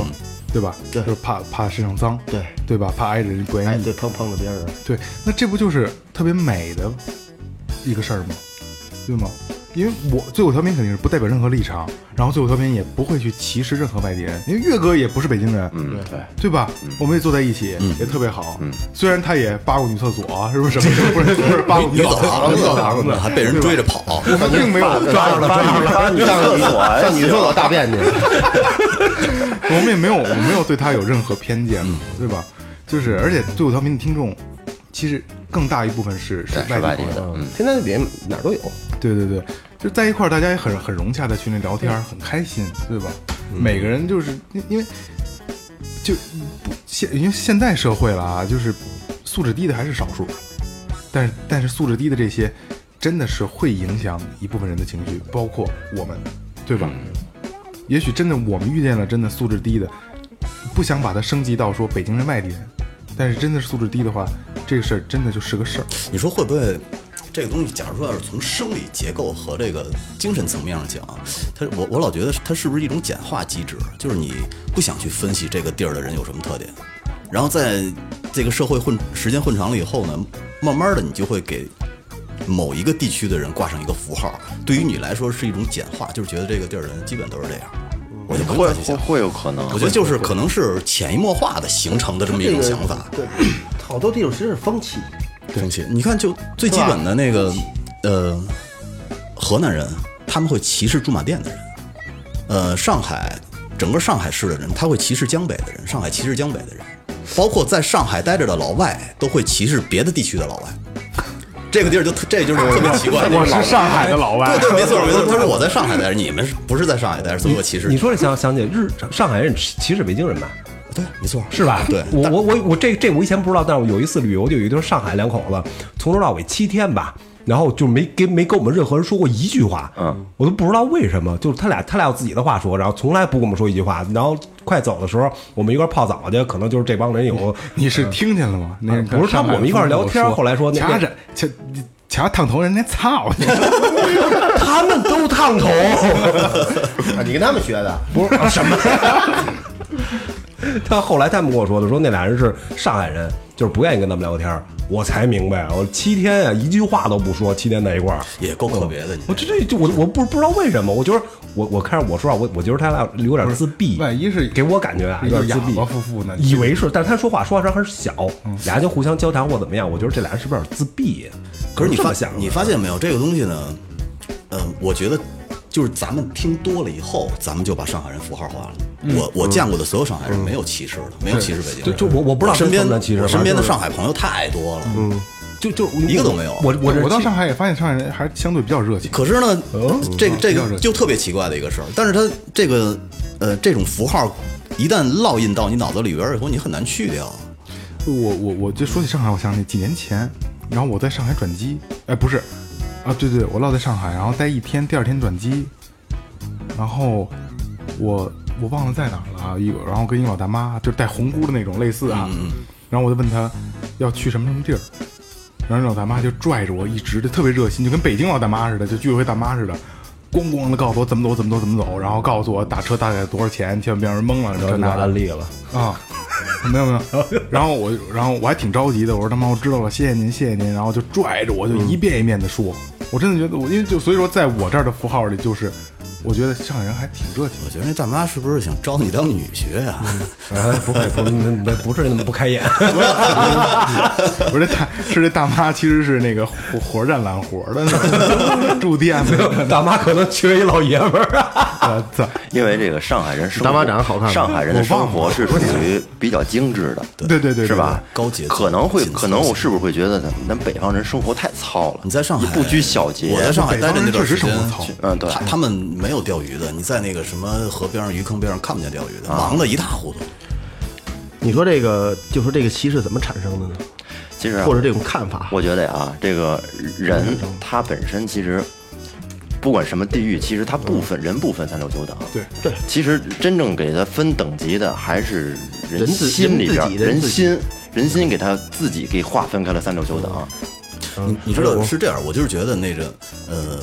[SPEAKER 3] 对吧？
[SPEAKER 4] 对
[SPEAKER 3] 就是怕怕身上脏，
[SPEAKER 4] 对
[SPEAKER 3] 对吧？怕挨着人不愿
[SPEAKER 4] 哎，
[SPEAKER 3] 意
[SPEAKER 4] 对，碰碰着别人，
[SPEAKER 3] 对，那这不就是特别美的一个事儿吗？对吗？因为我最后调频肯定是不代表任何立场，然后最后调频也不会去歧视任何外地人，因为岳哥也不是北京人，
[SPEAKER 6] 嗯，对，
[SPEAKER 3] 对吧？我们也坐在一起，也特别好。虽然他也扒过女厕所，啊是不是什么？不是不是扒过
[SPEAKER 5] 女澡堂
[SPEAKER 3] 女澡 堂
[SPEAKER 5] 子
[SPEAKER 3] 子，
[SPEAKER 5] 啊还被人追着跑，
[SPEAKER 3] 我们并没有抓着了，
[SPEAKER 6] 发女
[SPEAKER 4] 上
[SPEAKER 6] 厕
[SPEAKER 4] 女
[SPEAKER 6] 所还
[SPEAKER 4] 上女厕所大便去，
[SPEAKER 3] 我们也没有我没有对他有任何偏见嘛，
[SPEAKER 6] 嗯
[SPEAKER 3] 对吧？就是而且最后调频的听众，其实更大一部分是是
[SPEAKER 6] 对是
[SPEAKER 3] 外
[SPEAKER 6] 外
[SPEAKER 3] 地
[SPEAKER 6] 地
[SPEAKER 3] 朋友
[SPEAKER 6] 的，。嗯，
[SPEAKER 4] 现在别哪儿都有，
[SPEAKER 3] 对对对，就在一块儿，大家也很很融洽的去那聊天儿，很开心，对吧？每个人就是因因为就不现因为现在社会了啊，就是素质低的还是少数，但是但是素质低的这些真的是会影响一部分人的情绪，包括我们，对吧？也许真的我们遇见了真的素质低的，不想把它升级到说北京人外地人，但是真的是素质低的话，这个事儿真的就是个事儿。
[SPEAKER 5] 你说会不会这个东西？假如说要是从生理结构和这个精神层面上讲，它我我老觉得它是不是一种简化机制？就是你不想去分析这个地儿的人有什么特点，然后在这个社会混时间混长了以后呢，慢慢的你就会给。某一个地区的人挂上一个符号，对于你来说是一种简化，就是觉得这个地儿人基本都是这样，我就不
[SPEAKER 6] 会
[SPEAKER 5] 会再去
[SPEAKER 6] 会
[SPEAKER 5] 想。
[SPEAKER 6] 会有可能，
[SPEAKER 5] 我觉得就是可能是潜移默化的形成的这么一种想法。
[SPEAKER 4] 对，好多地方其实是风气，
[SPEAKER 5] 风气。你看，就最基本的那个，呃，河南人他们会歧视驻马店的人，呃，上海整个上海市的人他会歧视江北的人，上海歧视江北的人，包括在上海待着的老外都会歧视别的地区的老外。这个地儿就特，这就是特别奇怪。
[SPEAKER 3] 我是上海的老外，啊
[SPEAKER 5] 对对，没错没错。他说我在上海待着，你们是不是在上海待着，所以我歧视
[SPEAKER 7] 你。说这想想起日上海人歧视北京人吧？
[SPEAKER 5] 对，没错，
[SPEAKER 7] 是吧？
[SPEAKER 5] 对，
[SPEAKER 7] 我我我我这这我以前不知道，但是我有一次旅游就有一对上海两口子，从头到尾七天吧，然后就没跟没跟我们任何人说过一句话，嗯，我都不知道为什么，就是他俩他俩有自己的话说，然后从来不跟我们说一句话，然后快走的时候我们一块儿泡澡去，可能就是这帮人有
[SPEAKER 3] 你是听见了吗？那
[SPEAKER 7] 嗯不是他们我们一块儿聊天后来说那
[SPEAKER 3] 掐着掐掐烫头人家 操你，
[SPEAKER 7] 他们都 烫头，
[SPEAKER 4] 啊，你跟他们学的，
[SPEAKER 7] 不
[SPEAKER 3] 啊
[SPEAKER 7] 是、什么呀？ 他后来他们跟我说的，说那俩人是上海人，就是不愿意跟他们聊天儿，我才明白，我七天啊一句话都不说，七天在一块儿。
[SPEAKER 5] 也够特别的。你
[SPEAKER 3] 哦
[SPEAKER 7] 我这这这我我不不知道为什么，我觉得我我看我说啊，我我觉得他俩有点自闭，
[SPEAKER 3] 万一是
[SPEAKER 7] 给我感觉啊有
[SPEAKER 3] 就是
[SPEAKER 7] 点
[SPEAKER 3] 哑
[SPEAKER 7] 自闭
[SPEAKER 3] 巴，夫妇呢？嗯
[SPEAKER 7] 以为是，但是他说话说话声还是小，俩人就互相交谈或怎么样，我觉得这俩人是不是有点自闭？
[SPEAKER 5] 可是你
[SPEAKER 7] 我这
[SPEAKER 5] 发
[SPEAKER 7] 么想的
[SPEAKER 5] 你发现没有，这个东西呢，呃，我觉得就是咱们听多了以后，咱们就把上海人符号化了。
[SPEAKER 7] 嗯
[SPEAKER 5] 我我见过的所有上海人没有歧视的，没有歧视北京
[SPEAKER 7] 就
[SPEAKER 5] 人。
[SPEAKER 7] 就我我不知道
[SPEAKER 5] 身边
[SPEAKER 7] 跟他们歧视
[SPEAKER 5] 我
[SPEAKER 7] 吧
[SPEAKER 5] 身边的
[SPEAKER 7] 就是
[SPEAKER 5] 上海朋友太多了。嗯，
[SPEAKER 7] 就就
[SPEAKER 5] 一个都没有
[SPEAKER 7] 我我
[SPEAKER 3] 我
[SPEAKER 7] 这
[SPEAKER 3] 我到上海也发现上海人还相对比较热情，
[SPEAKER 5] 可是呢，
[SPEAKER 7] 哦嗯
[SPEAKER 5] 这个这
[SPEAKER 3] 比较热情
[SPEAKER 5] 个就特别奇怪的一个事儿。但是它这个呃这种符号一旦烙印到你脑子里边儿以后，你很难去掉。
[SPEAKER 3] 我我我就说起上海，我想起几年前，然后我在上海转机，哎，不是，啊，对对，我落在上海，然后待一天，第二天转机，然后我我忘了在哪儿了啊，一个，然后跟一老大妈就是带红箍的那种类似啊，然后我就问她要去什么什么地儿，然后老大妈就拽着我，一直就特别热心，就跟北京老大妈似的，就居委会大妈似的。咣咣的告诉我怎么走，怎么走，怎么走，然后告诉我打车大概多少钱，千万别让人蒙了，这
[SPEAKER 7] 这
[SPEAKER 3] 那
[SPEAKER 7] 拿
[SPEAKER 3] 的
[SPEAKER 7] 安。利了，
[SPEAKER 3] 啊，没有没有。 然后我，然后我还挺着急的，我说他妈，我知道了，谢谢您，谢谢您。然后就拽着我，就一遍一遍的说，我真的觉得我，因为就所以说，在我这儿的符号里就是我觉得上海人还挺热情
[SPEAKER 5] 我觉得那大妈是不是想招你当女婿呀、
[SPEAKER 7] 啊，不会，不不不是那么不 开眼，
[SPEAKER 3] 的。我这大是这大妈其实是那个活活站揽活的那 种，住店的。
[SPEAKER 7] 大妈可能缺一老爷们儿。啊
[SPEAKER 3] 我操！
[SPEAKER 6] 因为这个上海人生活
[SPEAKER 4] 大巴掌好看吗
[SPEAKER 6] 上海人的生活是属于比较精致的，
[SPEAKER 3] 对对对，
[SPEAKER 6] 是吧？
[SPEAKER 5] 高节奏
[SPEAKER 6] 可能会
[SPEAKER 5] 紧凑
[SPEAKER 6] 可能我是不是会觉得咱咱北方人生活太糙了？
[SPEAKER 5] 你在上海
[SPEAKER 6] 你不拘小节，
[SPEAKER 5] 我在上海待着那段时间
[SPEAKER 3] 北方人确实生活糙，
[SPEAKER 6] 嗯对
[SPEAKER 5] 他他们没有钓鱼的，你在那个什么河边上、鱼坑边上看不见钓鱼的，
[SPEAKER 6] 啊
[SPEAKER 5] 忙得一塌糊涂。
[SPEAKER 4] 你说这个，就说这个歧视怎么产生的呢？
[SPEAKER 6] 其实啊
[SPEAKER 4] 或者这种看法，
[SPEAKER 6] 我觉得啊，这个人他本身其实不管什么地域，其实他不分人不分三六九等。
[SPEAKER 3] 对
[SPEAKER 6] 对，其实真正给他分等级的还是人
[SPEAKER 4] 人自
[SPEAKER 6] 心里边儿，
[SPEAKER 4] 人自己
[SPEAKER 6] 人
[SPEAKER 4] 人自己
[SPEAKER 6] 心人心给他自己给划分开了三六九等。
[SPEAKER 3] 嗯
[SPEAKER 5] 你你知道是这样，我就是觉得那个呃，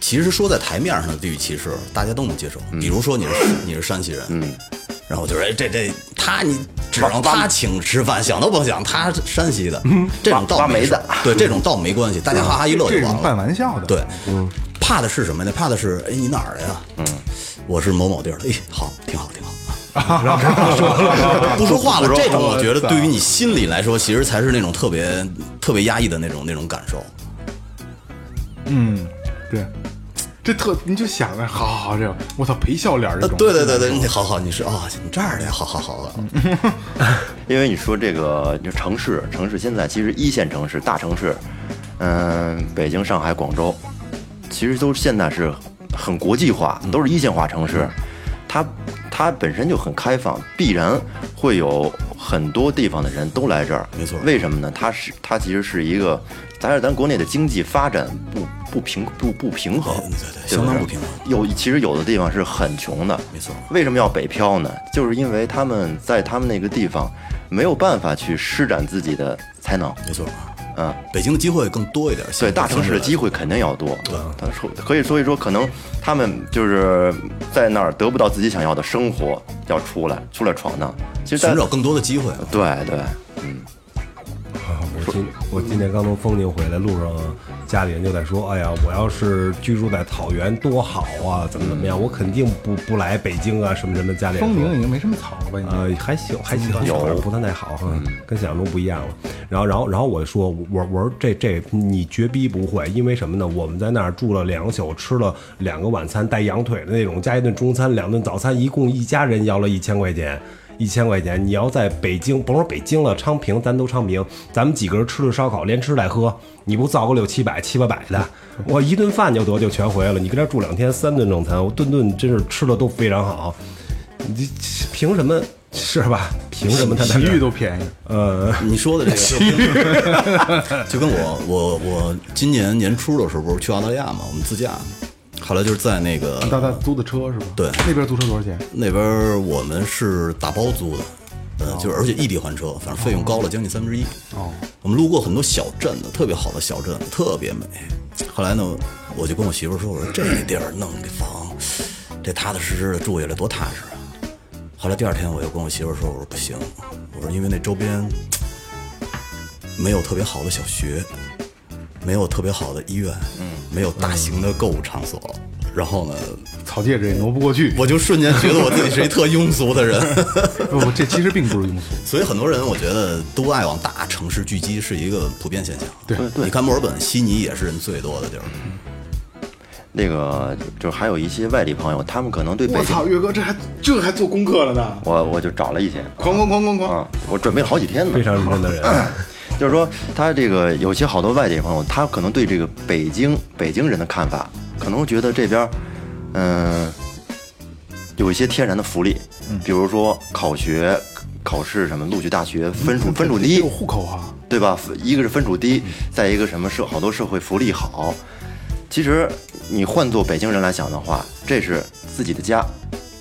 [SPEAKER 5] 其实说在台面上的地域歧视，大家都能接受。
[SPEAKER 6] 嗯
[SPEAKER 5] 比如说你是你是山西人，嗯，然后我就说哎这这他你只让他请吃饭，想都甭想，他是山西的，这种
[SPEAKER 6] 挖
[SPEAKER 5] 倒
[SPEAKER 6] 挖煤
[SPEAKER 5] 没事
[SPEAKER 6] 的
[SPEAKER 5] 对这种倒没关系，大家哈哈一乐就
[SPEAKER 3] 嗯这
[SPEAKER 5] 完
[SPEAKER 3] 种
[SPEAKER 5] 了。
[SPEAKER 3] 半玩笑的，
[SPEAKER 5] 对，怕的是什么呢？怕的是，哎，你哪儿的呀？嗯，我是某某地儿的。哎，好，挺好，挺好。不说话了，这种我觉得对于你心里来说，其实才是那种特别特别压抑的那种那种感受。
[SPEAKER 3] 嗯，对，这特你就想着，好好好，这种我操陪笑脸儿这
[SPEAKER 5] 呃
[SPEAKER 3] 种，
[SPEAKER 5] 对对对对，你好好，你是哦，你这儿的呀，好好好好。
[SPEAKER 6] 因为你说这个就城市，城市现在其实一线城市、大城市，嗯、北京、上海、广州，其实都现在是很国际化，
[SPEAKER 5] 嗯
[SPEAKER 6] 都是一线化城市，它它本身就很开放，必然会有很多地方的人都来这儿。
[SPEAKER 5] 没错
[SPEAKER 6] 为什么呢？它是它其实是一个，咱是咱国内的经济发展不不平不不平衡，
[SPEAKER 5] 嗯对对对
[SPEAKER 6] 不
[SPEAKER 5] 相当不平衡
[SPEAKER 6] 有其实有的地方是很穷的，
[SPEAKER 5] 没错
[SPEAKER 6] 为什么要北漂呢？就是因为他们在他们那个地方没有办法去施展自己的才能，
[SPEAKER 5] 没错，啊
[SPEAKER 6] 嗯，
[SPEAKER 5] 北京的机会更多一点。
[SPEAKER 6] 对大城市的机会肯定要多。
[SPEAKER 5] 啊
[SPEAKER 6] 他说，可以所以说，可能他们就是在那儿得不到自己想要的生活，要出来出来闯荡。其实在
[SPEAKER 5] 寻找更多的机会。
[SPEAKER 6] 对对，
[SPEAKER 7] 啊我今我今天刚从风景回来，路上家里人就在说：“哎呀，我要是居住在草原多好啊，怎么怎么样？我肯定不不来北京啊，什么什么。”家里人
[SPEAKER 3] 风
[SPEAKER 7] 说
[SPEAKER 3] 鸣已经没什么草了吧？你
[SPEAKER 7] 呃，还行，还行，有不算太好，嗯，跟想象中不一样了。然后，然后，然后我说，我我说这这你绝逼不会，因为什么呢？我们在那儿住了两个宿，吃了两个晚餐，带羊腿的那种，加一顿中餐，两顿早餐，一共一家人要了一千块钱。一千块钱，你要在北京，甭说北京了，昌平，咱都昌平，咱们几个人吃顿烧烤，连吃带喝，你不造个六七百、七八百的，我一顿饭就得就全回来了。你跟这儿住两天，三顿正餐，我顿顿真是吃的都非常好。你这凭什么是吧？凭什么他在
[SPEAKER 3] 洗
[SPEAKER 7] 这儿
[SPEAKER 3] 浴都便宜，
[SPEAKER 7] 呃
[SPEAKER 5] 你说的这个就跟就跟我我我今年年初的时候不是去澳大利亚嘛，我们自驾，后来就是在那个
[SPEAKER 3] 大大租的车是吧？
[SPEAKER 5] 对
[SPEAKER 3] 那边租车多少钱？
[SPEAKER 5] 那边儿我们是打包租的，呃，就是而且异地还车，反正费用高了将近三分之一。哦，我们路过很多小镇子，特别好的小镇子，特别美。后来呢，我就跟我媳妇儿说，我说这地儿弄个房，这踏踏实实的住下来多踏实啊。后来第二天我又跟我媳妇儿说，我说不行，我说因为那周边没有特别好的小学，没有特别好的医院，嗯，没有大型的购物场所。然后呢，
[SPEAKER 3] 草戒指也挪不过去。
[SPEAKER 5] 我就瞬间觉得我自己是一特庸俗的人。
[SPEAKER 3] 不不，这其实并不是庸俗，
[SPEAKER 5] 所以很多人我觉得都爱往大城市聚集，是一个普遍现象。
[SPEAKER 3] 对嗯
[SPEAKER 5] 对，你看墨尔本、悉尼也是人最多的地儿。
[SPEAKER 6] 那个就就还有一些外地朋友，他们可能对北
[SPEAKER 3] 我
[SPEAKER 6] 京，
[SPEAKER 3] 操，岳哥这还这还做功课了呢，
[SPEAKER 6] 我我就找了一些
[SPEAKER 3] 哐哐哐哐哐，
[SPEAKER 6] 啊，我准备了好几天呢，
[SPEAKER 7] 非常认真的人，
[SPEAKER 6] 就是说，他这个有些好多外地朋友，他可能对这个北京北京人的看法，可能觉得这边，嗯、有一些天然的福利，比如说考学、考试什么，录取大学分数分数低
[SPEAKER 3] 有，户口啊，
[SPEAKER 6] 对吧？一个是分数低，再一个什么社好多社会福利好。其实你换做北京人来讲的话，这是自己的家，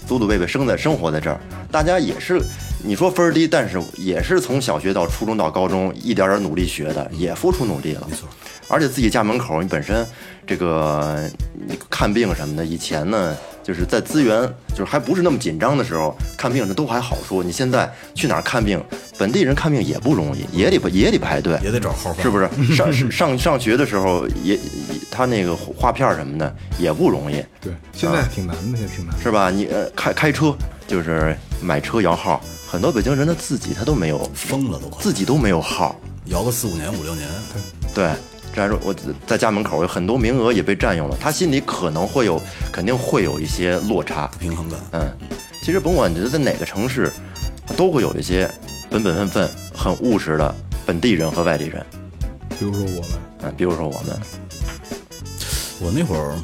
[SPEAKER 6] 祖祖辈辈生在生活在这儿，大家也是你说分儿低，但是也是从小学到初中到高中一点点努力学的，也付出努力了。没错，而且自己家门口你本身这个你看病什么的，以前呢就是在资源就是还不是那么紧张的时候，看病这都还好说。你现在去哪儿看病，本地人看病也不容易，也得也得排队，
[SPEAKER 5] 也得找号儿吧
[SPEAKER 6] 是不是？上上上学的时候也也他那个划片儿什么的也不容易，
[SPEAKER 3] 对，现在挺难的，现在挺难的。
[SPEAKER 6] 是吧？你呃开开车就是买车摇号，很多北京人他自己他都没有，
[SPEAKER 5] 疯了都快，
[SPEAKER 6] 自己都没有号。
[SPEAKER 5] 摇个四五年五六年，
[SPEAKER 6] 对，这还是我在家门口有很多名额也被占用了，他心里可能会有，肯定会有一些落差。
[SPEAKER 5] 不平衡感。
[SPEAKER 6] 嗯，其实甭管你是在哪个城市，都会有一些本本分分、很务实的本地人和外地人。
[SPEAKER 3] 比如说我们，
[SPEAKER 6] 嗯，比如说我们，
[SPEAKER 5] 我那会儿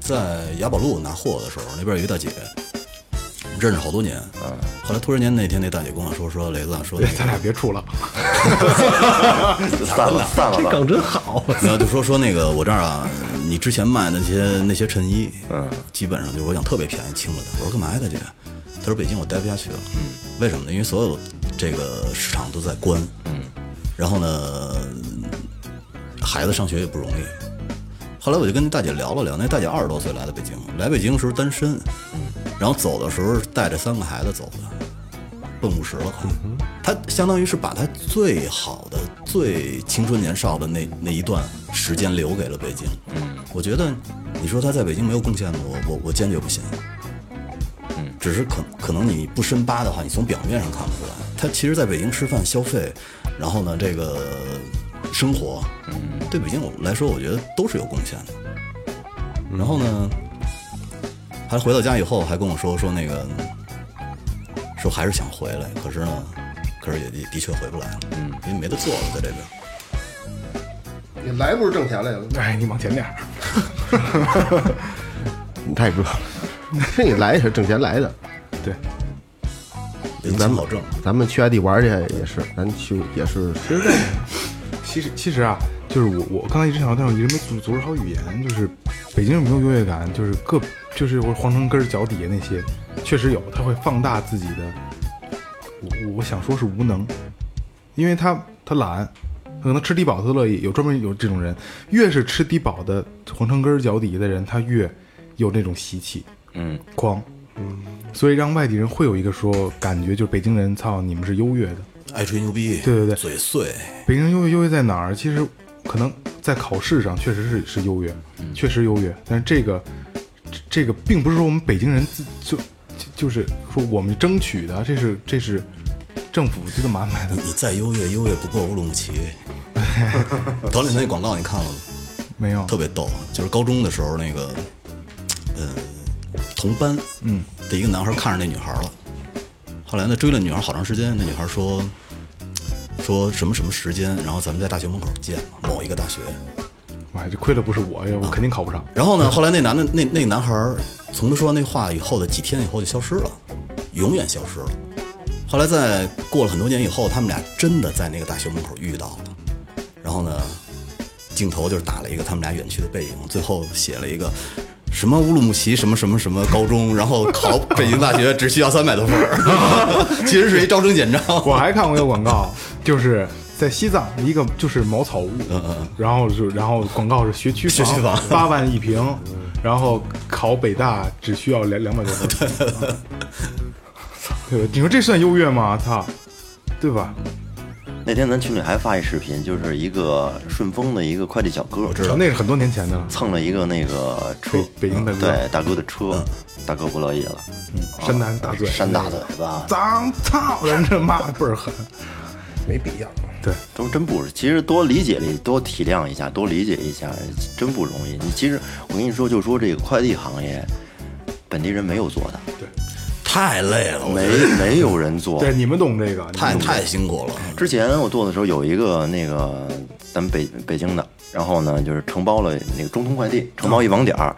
[SPEAKER 5] 在雅宝路拿货的时候，那边有一大姐，认识好多年。嗯，后来突然间那天，那大姐跟我说：“说雷子，啊说
[SPEAKER 3] 对
[SPEAKER 5] 那个
[SPEAKER 3] 咱俩别处了，
[SPEAKER 6] 散了，散了吧。
[SPEAKER 7] 梗真好，
[SPEAKER 5] 然后就说说那个我这儿啊，你之前卖那些那些衬衣，嗯，基本上就是我想特别便宜清了的。我说干嘛呀，大姐？她说北京我待不下去了，嗯，为什么呢？因为所有这个市场都在关，嗯，然后呢，孩子上学也不容易。后来我就跟那大姐聊了聊，那大姐二十多岁来的北京，来北京的时候单身，然后走的时候带着三个孩子走的，奔五十了快，他相当于是把他最好的、最青春年少的那那一段时间留给了北京。嗯，我觉得你说他在北京没有贡献吗？我我我坚决不信。嗯，只是可可能你不深扒的话，你从表面上看不出来。他其实在北京吃饭、消费，然后呢，这个生活，嗯，对北京我来说，我觉得都是有贡献的。然后呢，还回到家以后还跟我说说那个说还是想回来，可是呢，可是也的的确回不来了，嗯，因为没得做了，在这边。
[SPEAKER 4] 你来不是挣钱来了，
[SPEAKER 3] 哎，你往前点儿。
[SPEAKER 4] 你太热了。 是你来也是挣钱来的，
[SPEAKER 3] 对，
[SPEAKER 5] 北京
[SPEAKER 4] 咱们
[SPEAKER 5] 好挣，
[SPEAKER 4] 咱们去外地玩去也是，咱去也是，
[SPEAKER 3] 其实这，其实其实啊，就是我我刚才一直想说，但是我一直没组组织好语言。就是北京有没有优越感？就是各就是我皇城根儿脚底下那些，确实有，他会放大自己的。我我我想说是无能，因为他他懒，他可能吃低保他都乐意。有专门有这种人，越是吃低保的皇城根儿脚底下的人，他越有那种习气，
[SPEAKER 6] 嗯，
[SPEAKER 3] 狂，嗯，所以让外地人会有一个说感觉，就是北京人，操，你们是优越的。
[SPEAKER 5] 爱吹牛逼，
[SPEAKER 3] 对对对
[SPEAKER 5] 嘴碎，
[SPEAKER 3] 北京优越优越在哪儿？其实可能在考试上确实是是优越，
[SPEAKER 5] 嗯
[SPEAKER 3] 确实优越。但是这个这这个并不是说我们北京人自就就就是说我们争取的，这是这是政府就这么安排的
[SPEAKER 5] 你。你再优越，优越不过乌鲁 木齐。头两天那广告你看了吗？
[SPEAKER 3] 没有
[SPEAKER 5] 特别逗，就是高中的时候那个，呃，同班，嗯，的一个男孩看上那女孩了，后来呢追了女孩好长时间，那女孩说，说什么什么时间，然后咱们在大学门口见，某一个大学，
[SPEAKER 3] 妈呀，这亏了不是我呀，我肯定考不上。
[SPEAKER 5] 然后呢，后来那男的那那男孩儿从他说完那话以后的几天以后就消失了，永远消失了。后来在过了很多年以后，他们俩真的在那个大学门口遇到了。然后呢，镜头就是打了一个他们俩远去的背影，最后写了一个什么乌鲁木齐什么什么什么高中，然后考北京大学只需要三百多分儿，其实是一招生简章。
[SPEAKER 3] 我还看过一个广告，就是在西藏一个就是茅草屋，然后就然后广告是学区
[SPEAKER 5] 学区房
[SPEAKER 3] 八万一平，然后考北大只需要两两百多分，对吧？你说这算优越吗？操，对吧？
[SPEAKER 6] 那天咱群里还发一视频，就是一个顺丰的一个快递小哥，
[SPEAKER 3] 那是很多年前的了，
[SPEAKER 6] 蹭了一个那个车，嗯
[SPEAKER 3] 北北京大哥嗯
[SPEAKER 6] 对大哥的车，大哥不乐意了，
[SPEAKER 3] 山南大嘴，
[SPEAKER 6] 扇大嘴巴，
[SPEAKER 3] 脏操人，这骂的倍儿狠，
[SPEAKER 4] 没必要。
[SPEAKER 3] 对，
[SPEAKER 6] 都真不是，其实多理解理，多体谅一下，多理解一下，真不容易。你其实我跟你说，就说这个快递行业，本地人没有做的，
[SPEAKER 5] 太累了，我
[SPEAKER 6] 没没有人做。
[SPEAKER 3] 哦对，你们懂这个，你们
[SPEAKER 5] 太
[SPEAKER 3] 懂
[SPEAKER 5] 太辛苦了。
[SPEAKER 6] 之前我做的时候有一个那个咱们北北京的，然后呢就是承包了那个中通快递，承包一网点儿，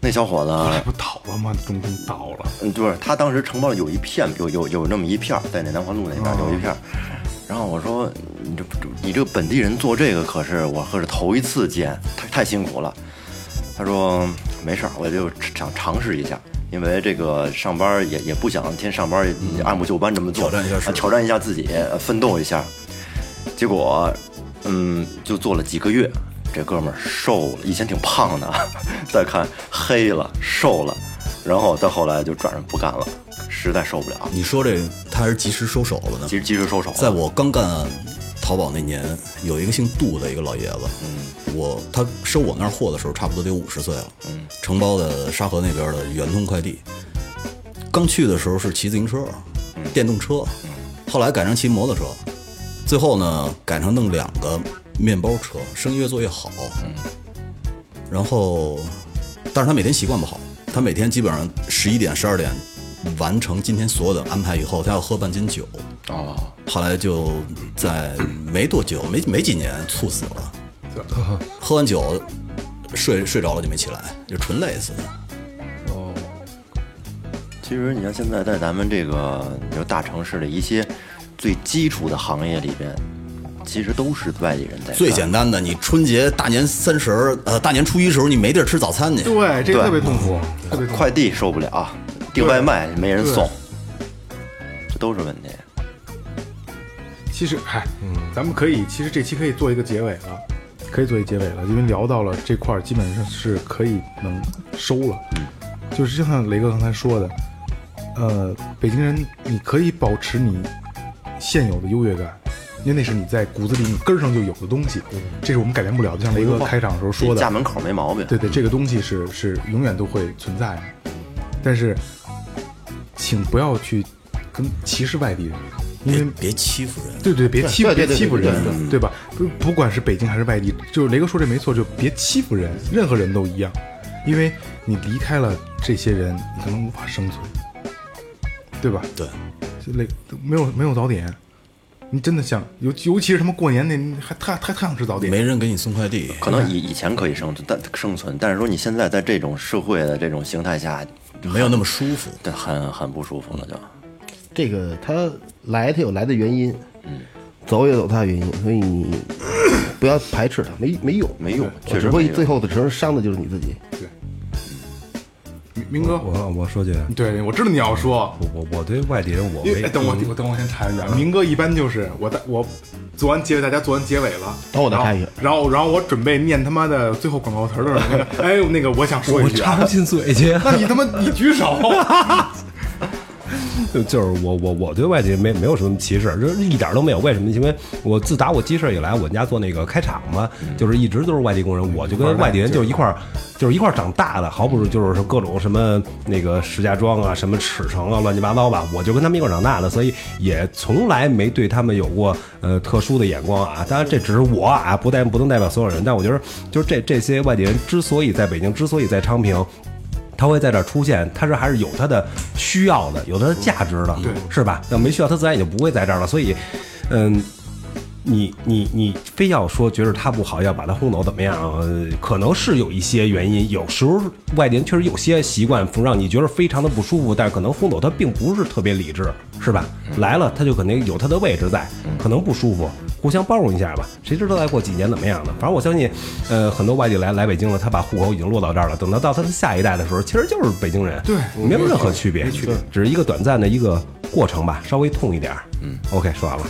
[SPEAKER 6] 那小伙
[SPEAKER 3] 这
[SPEAKER 6] 子。
[SPEAKER 3] 嗯不倒了吗？中通倒了，
[SPEAKER 6] 嗯，就是他当时承包了有一片，有有有那么一片儿，在那南环路那边
[SPEAKER 5] 哦
[SPEAKER 6] 儿有一片儿。然后我说，你这你这个本地人做这个，可是我可是头一次见，太太辛苦了。他说没事儿，我就想尝试一下，因为这个上班儿也也不想天天上班儿也按部就班这么做，
[SPEAKER 5] 嗯挑战一下是
[SPEAKER 6] 啊挑战一下自己，呃奋斗一下。结果，嗯，就做了几个月， 这哥们儿瘦了，以前挺胖的，再看黑了，瘦了，然后到后来就转着不干了，实在受不了，
[SPEAKER 5] 你说这他是及时收手了呢
[SPEAKER 6] 及？时及时收手了。
[SPEAKER 5] 在我刚干淘宝那年，有一个姓杜的一个老爷子，我他收我那儿货的时候，差不多得五十岁了，承包的沙河那边的圆通快递。刚去的时候是骑自行车，电动车，后来改成骑摩托车，最后呢改成弄两个面包车，生意越做越好。然后，但是他每天习惯不好，他每天基本上十一点、十二点完成今天所有的安排以后，他要喝半斤酒。
[SPEAKER 6] 哦，
[SPEAKER 5] 后来就在没多久，没没几年，猝死 了。喝完酒，睡睡着了就没起来，就纯累死的。
[SPEAKER 6] 其实你像现在在咱们这个就大城市的一些最基础的行业里边，其实都是外地人在干
[SPEAKER 5] 最简单的，你春节大年三十儿，呃，大年初一时候你没地儿吃早餐去，
[SPEAKER 3] 对，这
[SPEAKER 6] 对
[SPEAKER 3] 个特别痛苦，特别痛苦。
[SPEAKER 6] 快递受不了，订外卖没人送，这都是问题。
[SPEAKER 3] 其实，嗨，咱们可以，其实这期可以做一个结尾了，可以做一结尾了，因为聊到了这块儿，基本上是可以能收了。就是就像雷哥刚才说的，呃，北京人，你可以保持你现有的优越感。因为那是你在骨子里、你根儿上就有的东西，这是我们改变不了的。就像雷哥开场的时候说的，
[SPEAKER 6] 家门口没毛病。
[SPEAKER 3] 对对，这个东西是是永远都会存在的。但是，请不要去跟歧视外地人，因
[SPEAKER 5] 别
[SPEAKER 3] 为
[SPEAKER 5] 别欺负人。
[SPEAKER 3] 对对，别欺负别
[SPEAKER 4] 对对对对
[SPEAKER 3] 欺负
[SPEAKER 4] 对对
[SPEAKER 3] 人，对吧？不不管是北京还是外地，就是雷哥说这没错，就别欺负人，任何人都一样，因为你离开了这些人，你可能无法生存，对吧？
[SPEAKER 5] 对，
[SPEAKER 3] 这雷没有没有早点，你真的想尤尤其是他们过年那你还太太太想吃早点，
[SPEAKER 5] 没人给你送快递，
[SPEAKER 6] 可能以以前可以生存，但生存，但是说你现在在这种社会的这种形态下，
[SPEAKER 5] 没有那么舒服。
[SPEAKER 6] 对，很很不舒服了就。
[SPEAKER 4] 这个他来，他有来的原因，
[SPEAKER 6] 嗯
[SPEAKER 4] 走也有他的原因，所以你不要排斥他，没没用，啊
[SPEAKER 6] 没用确实
[SPEAKER 4] 只会
[SPEAKER 6] 没用
[SPEAKER 4] 最后的时候伤的就是你自己。
[SPEAKER 3] 明明哥，
[SPEAKER 7] 我我说句，
[SPEAKER 3] 对，我知道你要说，
[SPEAKER 7] 我我我对外地人我
[SPEAKER 3] 因
[SPEAKER 7] 没
[SPEAKER 3] 为
[SPEAKER 7] 嗯
[SPEAKER 3] 哎等我
[SPEAKER 4] 嗯
[SPEAKER 3] 我等我先插一句啊，明哥一般就是我大我做完结尾，大家做完结尾了，
[SPEAKER 4] 等我再
[SPEAKER 3] 然后
[SPEAKER 4] 插一句
[SPEAKER 3] 然后然后我准备念他妈的最后广告词儿的时候，那个哎那个我想说一
[SPEAKER 7] 我
[SPEAKER 3] 句
[SPEAKER 7] 插
[SPEAKER 3] 啊，
[SPEAKER 7] 不进嘴去。
[SPEAKER 3] 那你他妈你举 手，
[SPEAKER 7] 就是我我我对外地没没有什么歧视，就是一点都没有。为什么？因为我自打我记事以来，我们家做那个开厂嘛，就是一直都是外地工人，我就跟外地人嗯就是一块儿，就是一块儿长大的。好比说就是各种什么那个石家庄啊，什么赤城啊，乱七八糟吧，我就跟他们一块儿长大的，所以也从来没对他们有过呃特殊的眼光啊。当然这只是我啊，不代不能代表所有人。但我觉得就是这这些外地人之所以在北京，之所以在昌平。他会在这儿出现，他是还是有他的需要的，有他的价值的，对，是吧？要没需要，他自然也就不会在这儿了。所以，嗯，你你你非要说觉得他不好，要把他轰走怎么样？呃可能是有一些原因，有时候外地人确实有些习惯让你觉得非常的不舒服，但是可能轰走他并不是特别理智，是吧？来了他就肯定有他的位置在，可能不舒服，互相包容一下吧。谁知道再过几年怎么样呢？反正我相信，呃，很多外地来来北京了，他把户口已经落到这儿了，等到到他的下一代的时候，其实就是北京人，
[SPEAKER 3] 对
[SPEAKER 7] 没有任何区别，只是一个短暂的一个过程吧，稍微痛一点儿。嗯，OK，说完了。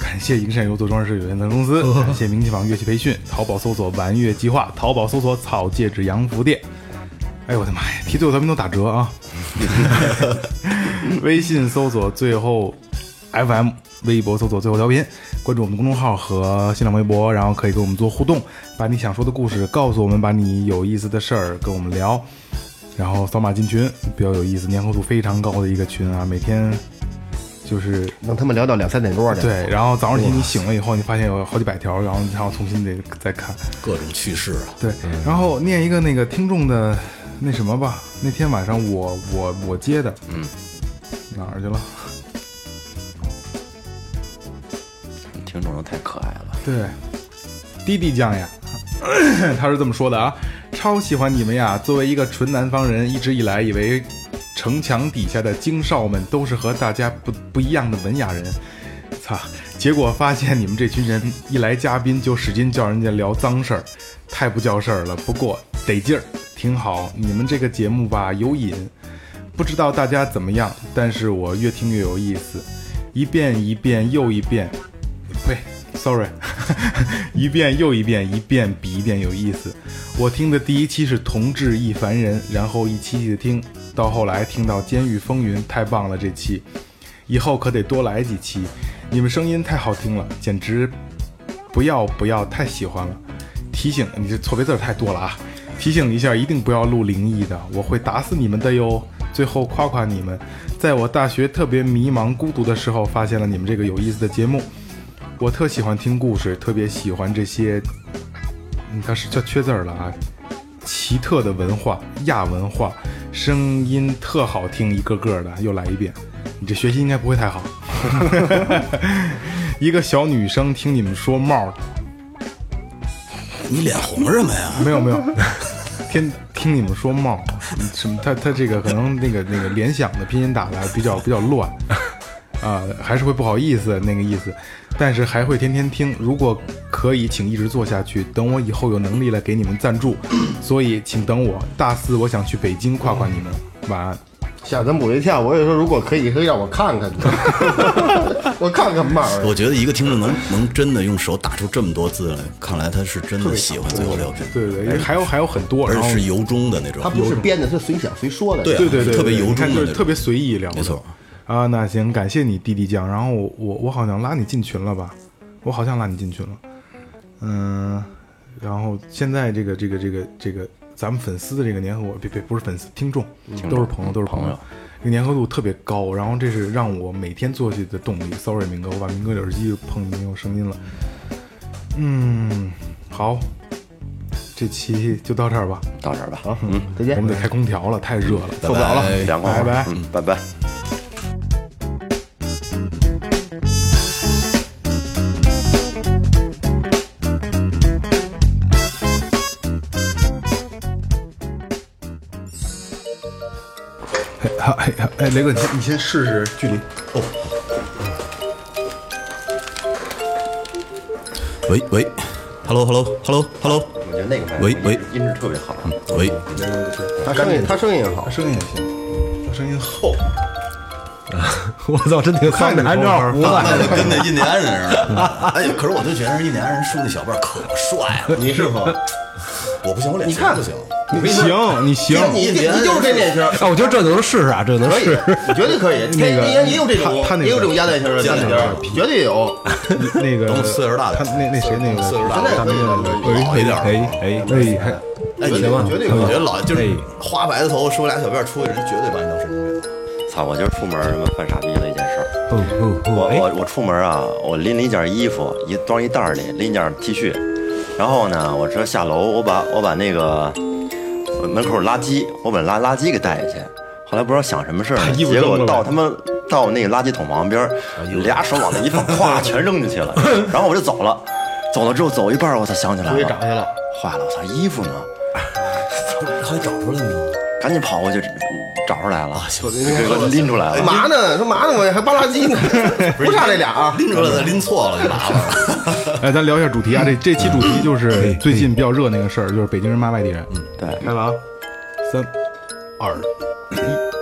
[SPEAKER 3] 感谢银山游做装饰有限责任公司，感谢明琴坊乐器培训，淘宝搜索“玩乐计划”，淘宝搜索“草戒指洋服店”。哎呦我的妈呀，提最后咱们都打折啊！ 微信搜索最后 FM，微博搜索最后调频，关注我们的公众号和新浪微博，然后可以跟我们做互动，把你想说的故事告诉我们，把你有意思的事儿跟我们聊。然后扫码进群，比较有意思，粘合度非常高的一个群啊，每天就是
[SPEAKER 4] 让他们聊到两三点啊多的，
[SPEAKER 3] 对，然后早上起你醒了以后，你发现有好几百条，然后你还要重新得再看。
[SPEAKER 5] 各种趣事啊，
[SPEAKER 3] 对，然后念一个那个听众的那什么吧，那天晚上我我我接的，嗯，哪儿去了？
[SPEAKER 6] 听众都太可爱了，
[SPEAKER 3] 对，滴滴酱呀， 他是这么说的啊，超喜欢你们呀！作为一个纯南方人，一直以来以为城墙底下的京少们都是和大家不不一样的文雅人，操！结果发现你们这群人一来嘉宾就使劲叫人家聊脏事儿，太不叫事儿了。不过得劲儿，挺好。你们这个节目吧有瘾，不知道大家怎么样，但是我越听越有意思，一遍一遍又一遍，呸，sorry，一 遍又一遍，一遍比一遍有意思。我听的第一期是同志亦凡人，然后一期一期的听，到后来听到《监狱风云》，太棒了，这期以后可得多来几期，你们声音太好听了，简直不要不要，太喜欢了。提醒你这错别字儿太多了啊！提醒一下，一定不要录灵异的，我会打死你们的哟。最后夸夸你们，在我大学特别迷茫孤独的时候，发现了你们这个有意思的节目。我特喜欢听故事，特别喜欢这些，嗯，它是叫缺字儿了啊。奇特的文化，亚文化，声音特好听，一个个的。又来一遍，你这学习应该不会太好。 一个小女生听你们说帽儿，
[SPEAKER 5] 你脸红什么呀？
[SPEAKER 3] 没有没 有，听听你们说帽儿什么，他他这个可能那个那个联想的拼音打的比较比较乱啊，还是会不好意思那个意思，但是还会天天听。如果可以，请一直做下去。等我以后有能力了，给你们赞助。所以请等我大四，我想去北京夸夸你们。
[SPEAKER 5] 嗯
[SPEAKER 3] 晚安。
[SPEAKER 4] 吓咱补一跳，我也说如果可以，可以让我看 看，我看看帽儿。
[SPEAKER 5] 我觉得一个听众能能真的用手打出这么多字来，看来他是真的喜欢最后调频，
[SPEAKER 3] 对对对，因为还有还有很多，
[SPEAKER 5] 而
[SPEAKER 3] 然后
[SPEAKER 5] 且是由衷的那种
[SPEAKER 4] 他。不是编的，是随想随说的。
[SPEAKER 5] 对啊
[SPEAKER 3] 对对对，
[SPEAKER 5] 特别
[SPEAKER 3] 对
[SPEAKER 5] 由
[SPEAKER 3] 你看
[SPEAKER 5] 衷的
[SPEAKER 3] 就
[SPEAKER 5] 那
[SPEAKER 3] 是
[SPEAKER 5] 种，
[SPEAKER 3] 特别随意聊的，
[SPEAKER 5] 没错。
[SPEAKER 3] 啊，那行，感谢你弟弟酱。然后我我我好像拉你进群了吧？我好像拉你进群了。嗯，然后现在这个这个这个这个咱们粉丝的这个粘合，我别别不是粉丝，听众都是朋友，都是朋友。这个粘合度特别高，然后这是让我每天做下去的动力。Sorry，明哥，我把明哥的耳机碰没有声音了。嗯，好，这期就到这儿吧。
[SPEAKER 6] 到这儿吧，
[SPEAKER 4] 嗯再
[SPEAKER 3] 我
[SPEAKER 4] 见
[SPEAKER 3] 们。得开空调了，太热了，受不了了。
[SPEAKER 5] 哎
[SPEAKER 6] 凉快会儿
[SPEAKER 3] 拜拜
[SPEAKER 6] 嗯，拜拜。
[SPEAKER 3] 好，哎哎哎，雷哥，你先你先试试距离。哦，
[SPEAKER 5] 喂喂，Hello Hello Hello Hello，
[SPEAKER 6] 我觉得那个麦克风
[SPEAKER 5] 喂喂
[SPEAKER 6] 音质特别好。
[SPEAKER 5] 喂，
[SPEAKER 4] 他声音，他声音也好
[SPEAKER 3] 他。声音也行，他声音厚。
[SPEAKER 7] 我操，真挺看着还照胡子。
[SPEAKER 5] 那就跟那印第安人似的。哎，可是我就觉得印第安人梳那小辫儿可帅了，
[SPEAKER 4] 你是吗？
[SPEAKER 5] 我不行，我脸型不行。
[SPEAKER 3] 你行，你行。
[SPEAKER 4] 你你就是这脸型
[SPEAKER 5] 哎
[SPEAKER 4] 儿，
[SPEAKER 7] 啊，我觉得这能试试啊，这能
[SPEAKER 4] 可 以
[SPEAKER 7] 试。，
[SPEAKER 4] 你绝对可以。那个也有这种，
[SPEAKER 3] 他他那个
[SPEAKER 4] 也有这种鸭蛋型儿的
[SPEAKER 5] 鸭
[SPEAKER 4] 蛋型
[SPEAKER 5] 蛋型儿
[SPEAKER 4] 儿，绝对有。
[SPEAKER 3] 那个
[SPEAKER 5] 等我岁数大点
[SPEAKER 3] 他那那谁那个
[SPEAKER 5] 岁数大
[SPEAKER 4] 现在
[SPEAKER 5] 了，
[SPEAKER 4] 可以了，可以了
[SPEAKER 5] 好一点儿。
[SPEAKER 7] 哎哎，
[SPEAKER 3] 哎，还
[SPEAKER 5] 哎，你
[SPEAKER 4] 绝对
[SPEAKER 5] 我
[SPEAKER 4] 绝对可以
[SPEAKER 5] 觉得老就是花白的头，梳俩小辫儿出去，人绝对把你当神经病。
[SPEAKER 6] 操！我今儿出门儿他妈犯傻逼的一件事儿。
[SPEAKER 7] 哦哦
[SPEAKER 6] 我
[SPEAKER 7] 哦，哎，
[SPEAKER 6] 我我出门啊，我拎了一件衣服，一装一袋儿里，拎一件 T 恤，然后呢，我这下楼，我把我把那个呃门口垃圾，我把垃垃圾给带下去。后来不知道想什么事儿呢，
[SPEAKER 3] 衣服
[SPEAKER 6] 结
[SPEAKER 3] 扔
[SPEAKER 6] 果
[SPEAKER 3] 了
[SPEAKER 6] 到
[SPEAKER 3] 呗哎
[SPEAKER 6] 他妈到那个垃圾桶旁边儿，俩手往那一 放，咵全扔进去了。然后我就走了，走了之后走一半儿，我才想起来
[SPEAKER 4] 出
[SPEAKER 6] 了，
[SPEAKER 4] 去找去了。
[SPEAKER 6] 坏了，我操，衣服呢？
[SPEAKER 5] 后来找出来了吗？
[SPEAKER 6] 赶紧跑过去找出来了，
[SPEAKER 3] 啊
[SPEAKER 6] 给我拎出
[SPEAKER 3] 哎
[SPEAKER 6] 来了。
[SPEAKER 4] 嘛呢？说嘛呢？我还扒拉鸡呢，不差这俩啊。
[SPEAKER 5] 拎出来的拎错了就 麻烦了。
[SPEAKER 3] 哎，咱聊一下主题啊，这这期主题就是最近比较嗯热那个事儿，就是北京人骂外地人。
[SPEAKER 6] 对，
[SPEAKER 3] 啊开了啊，三二一。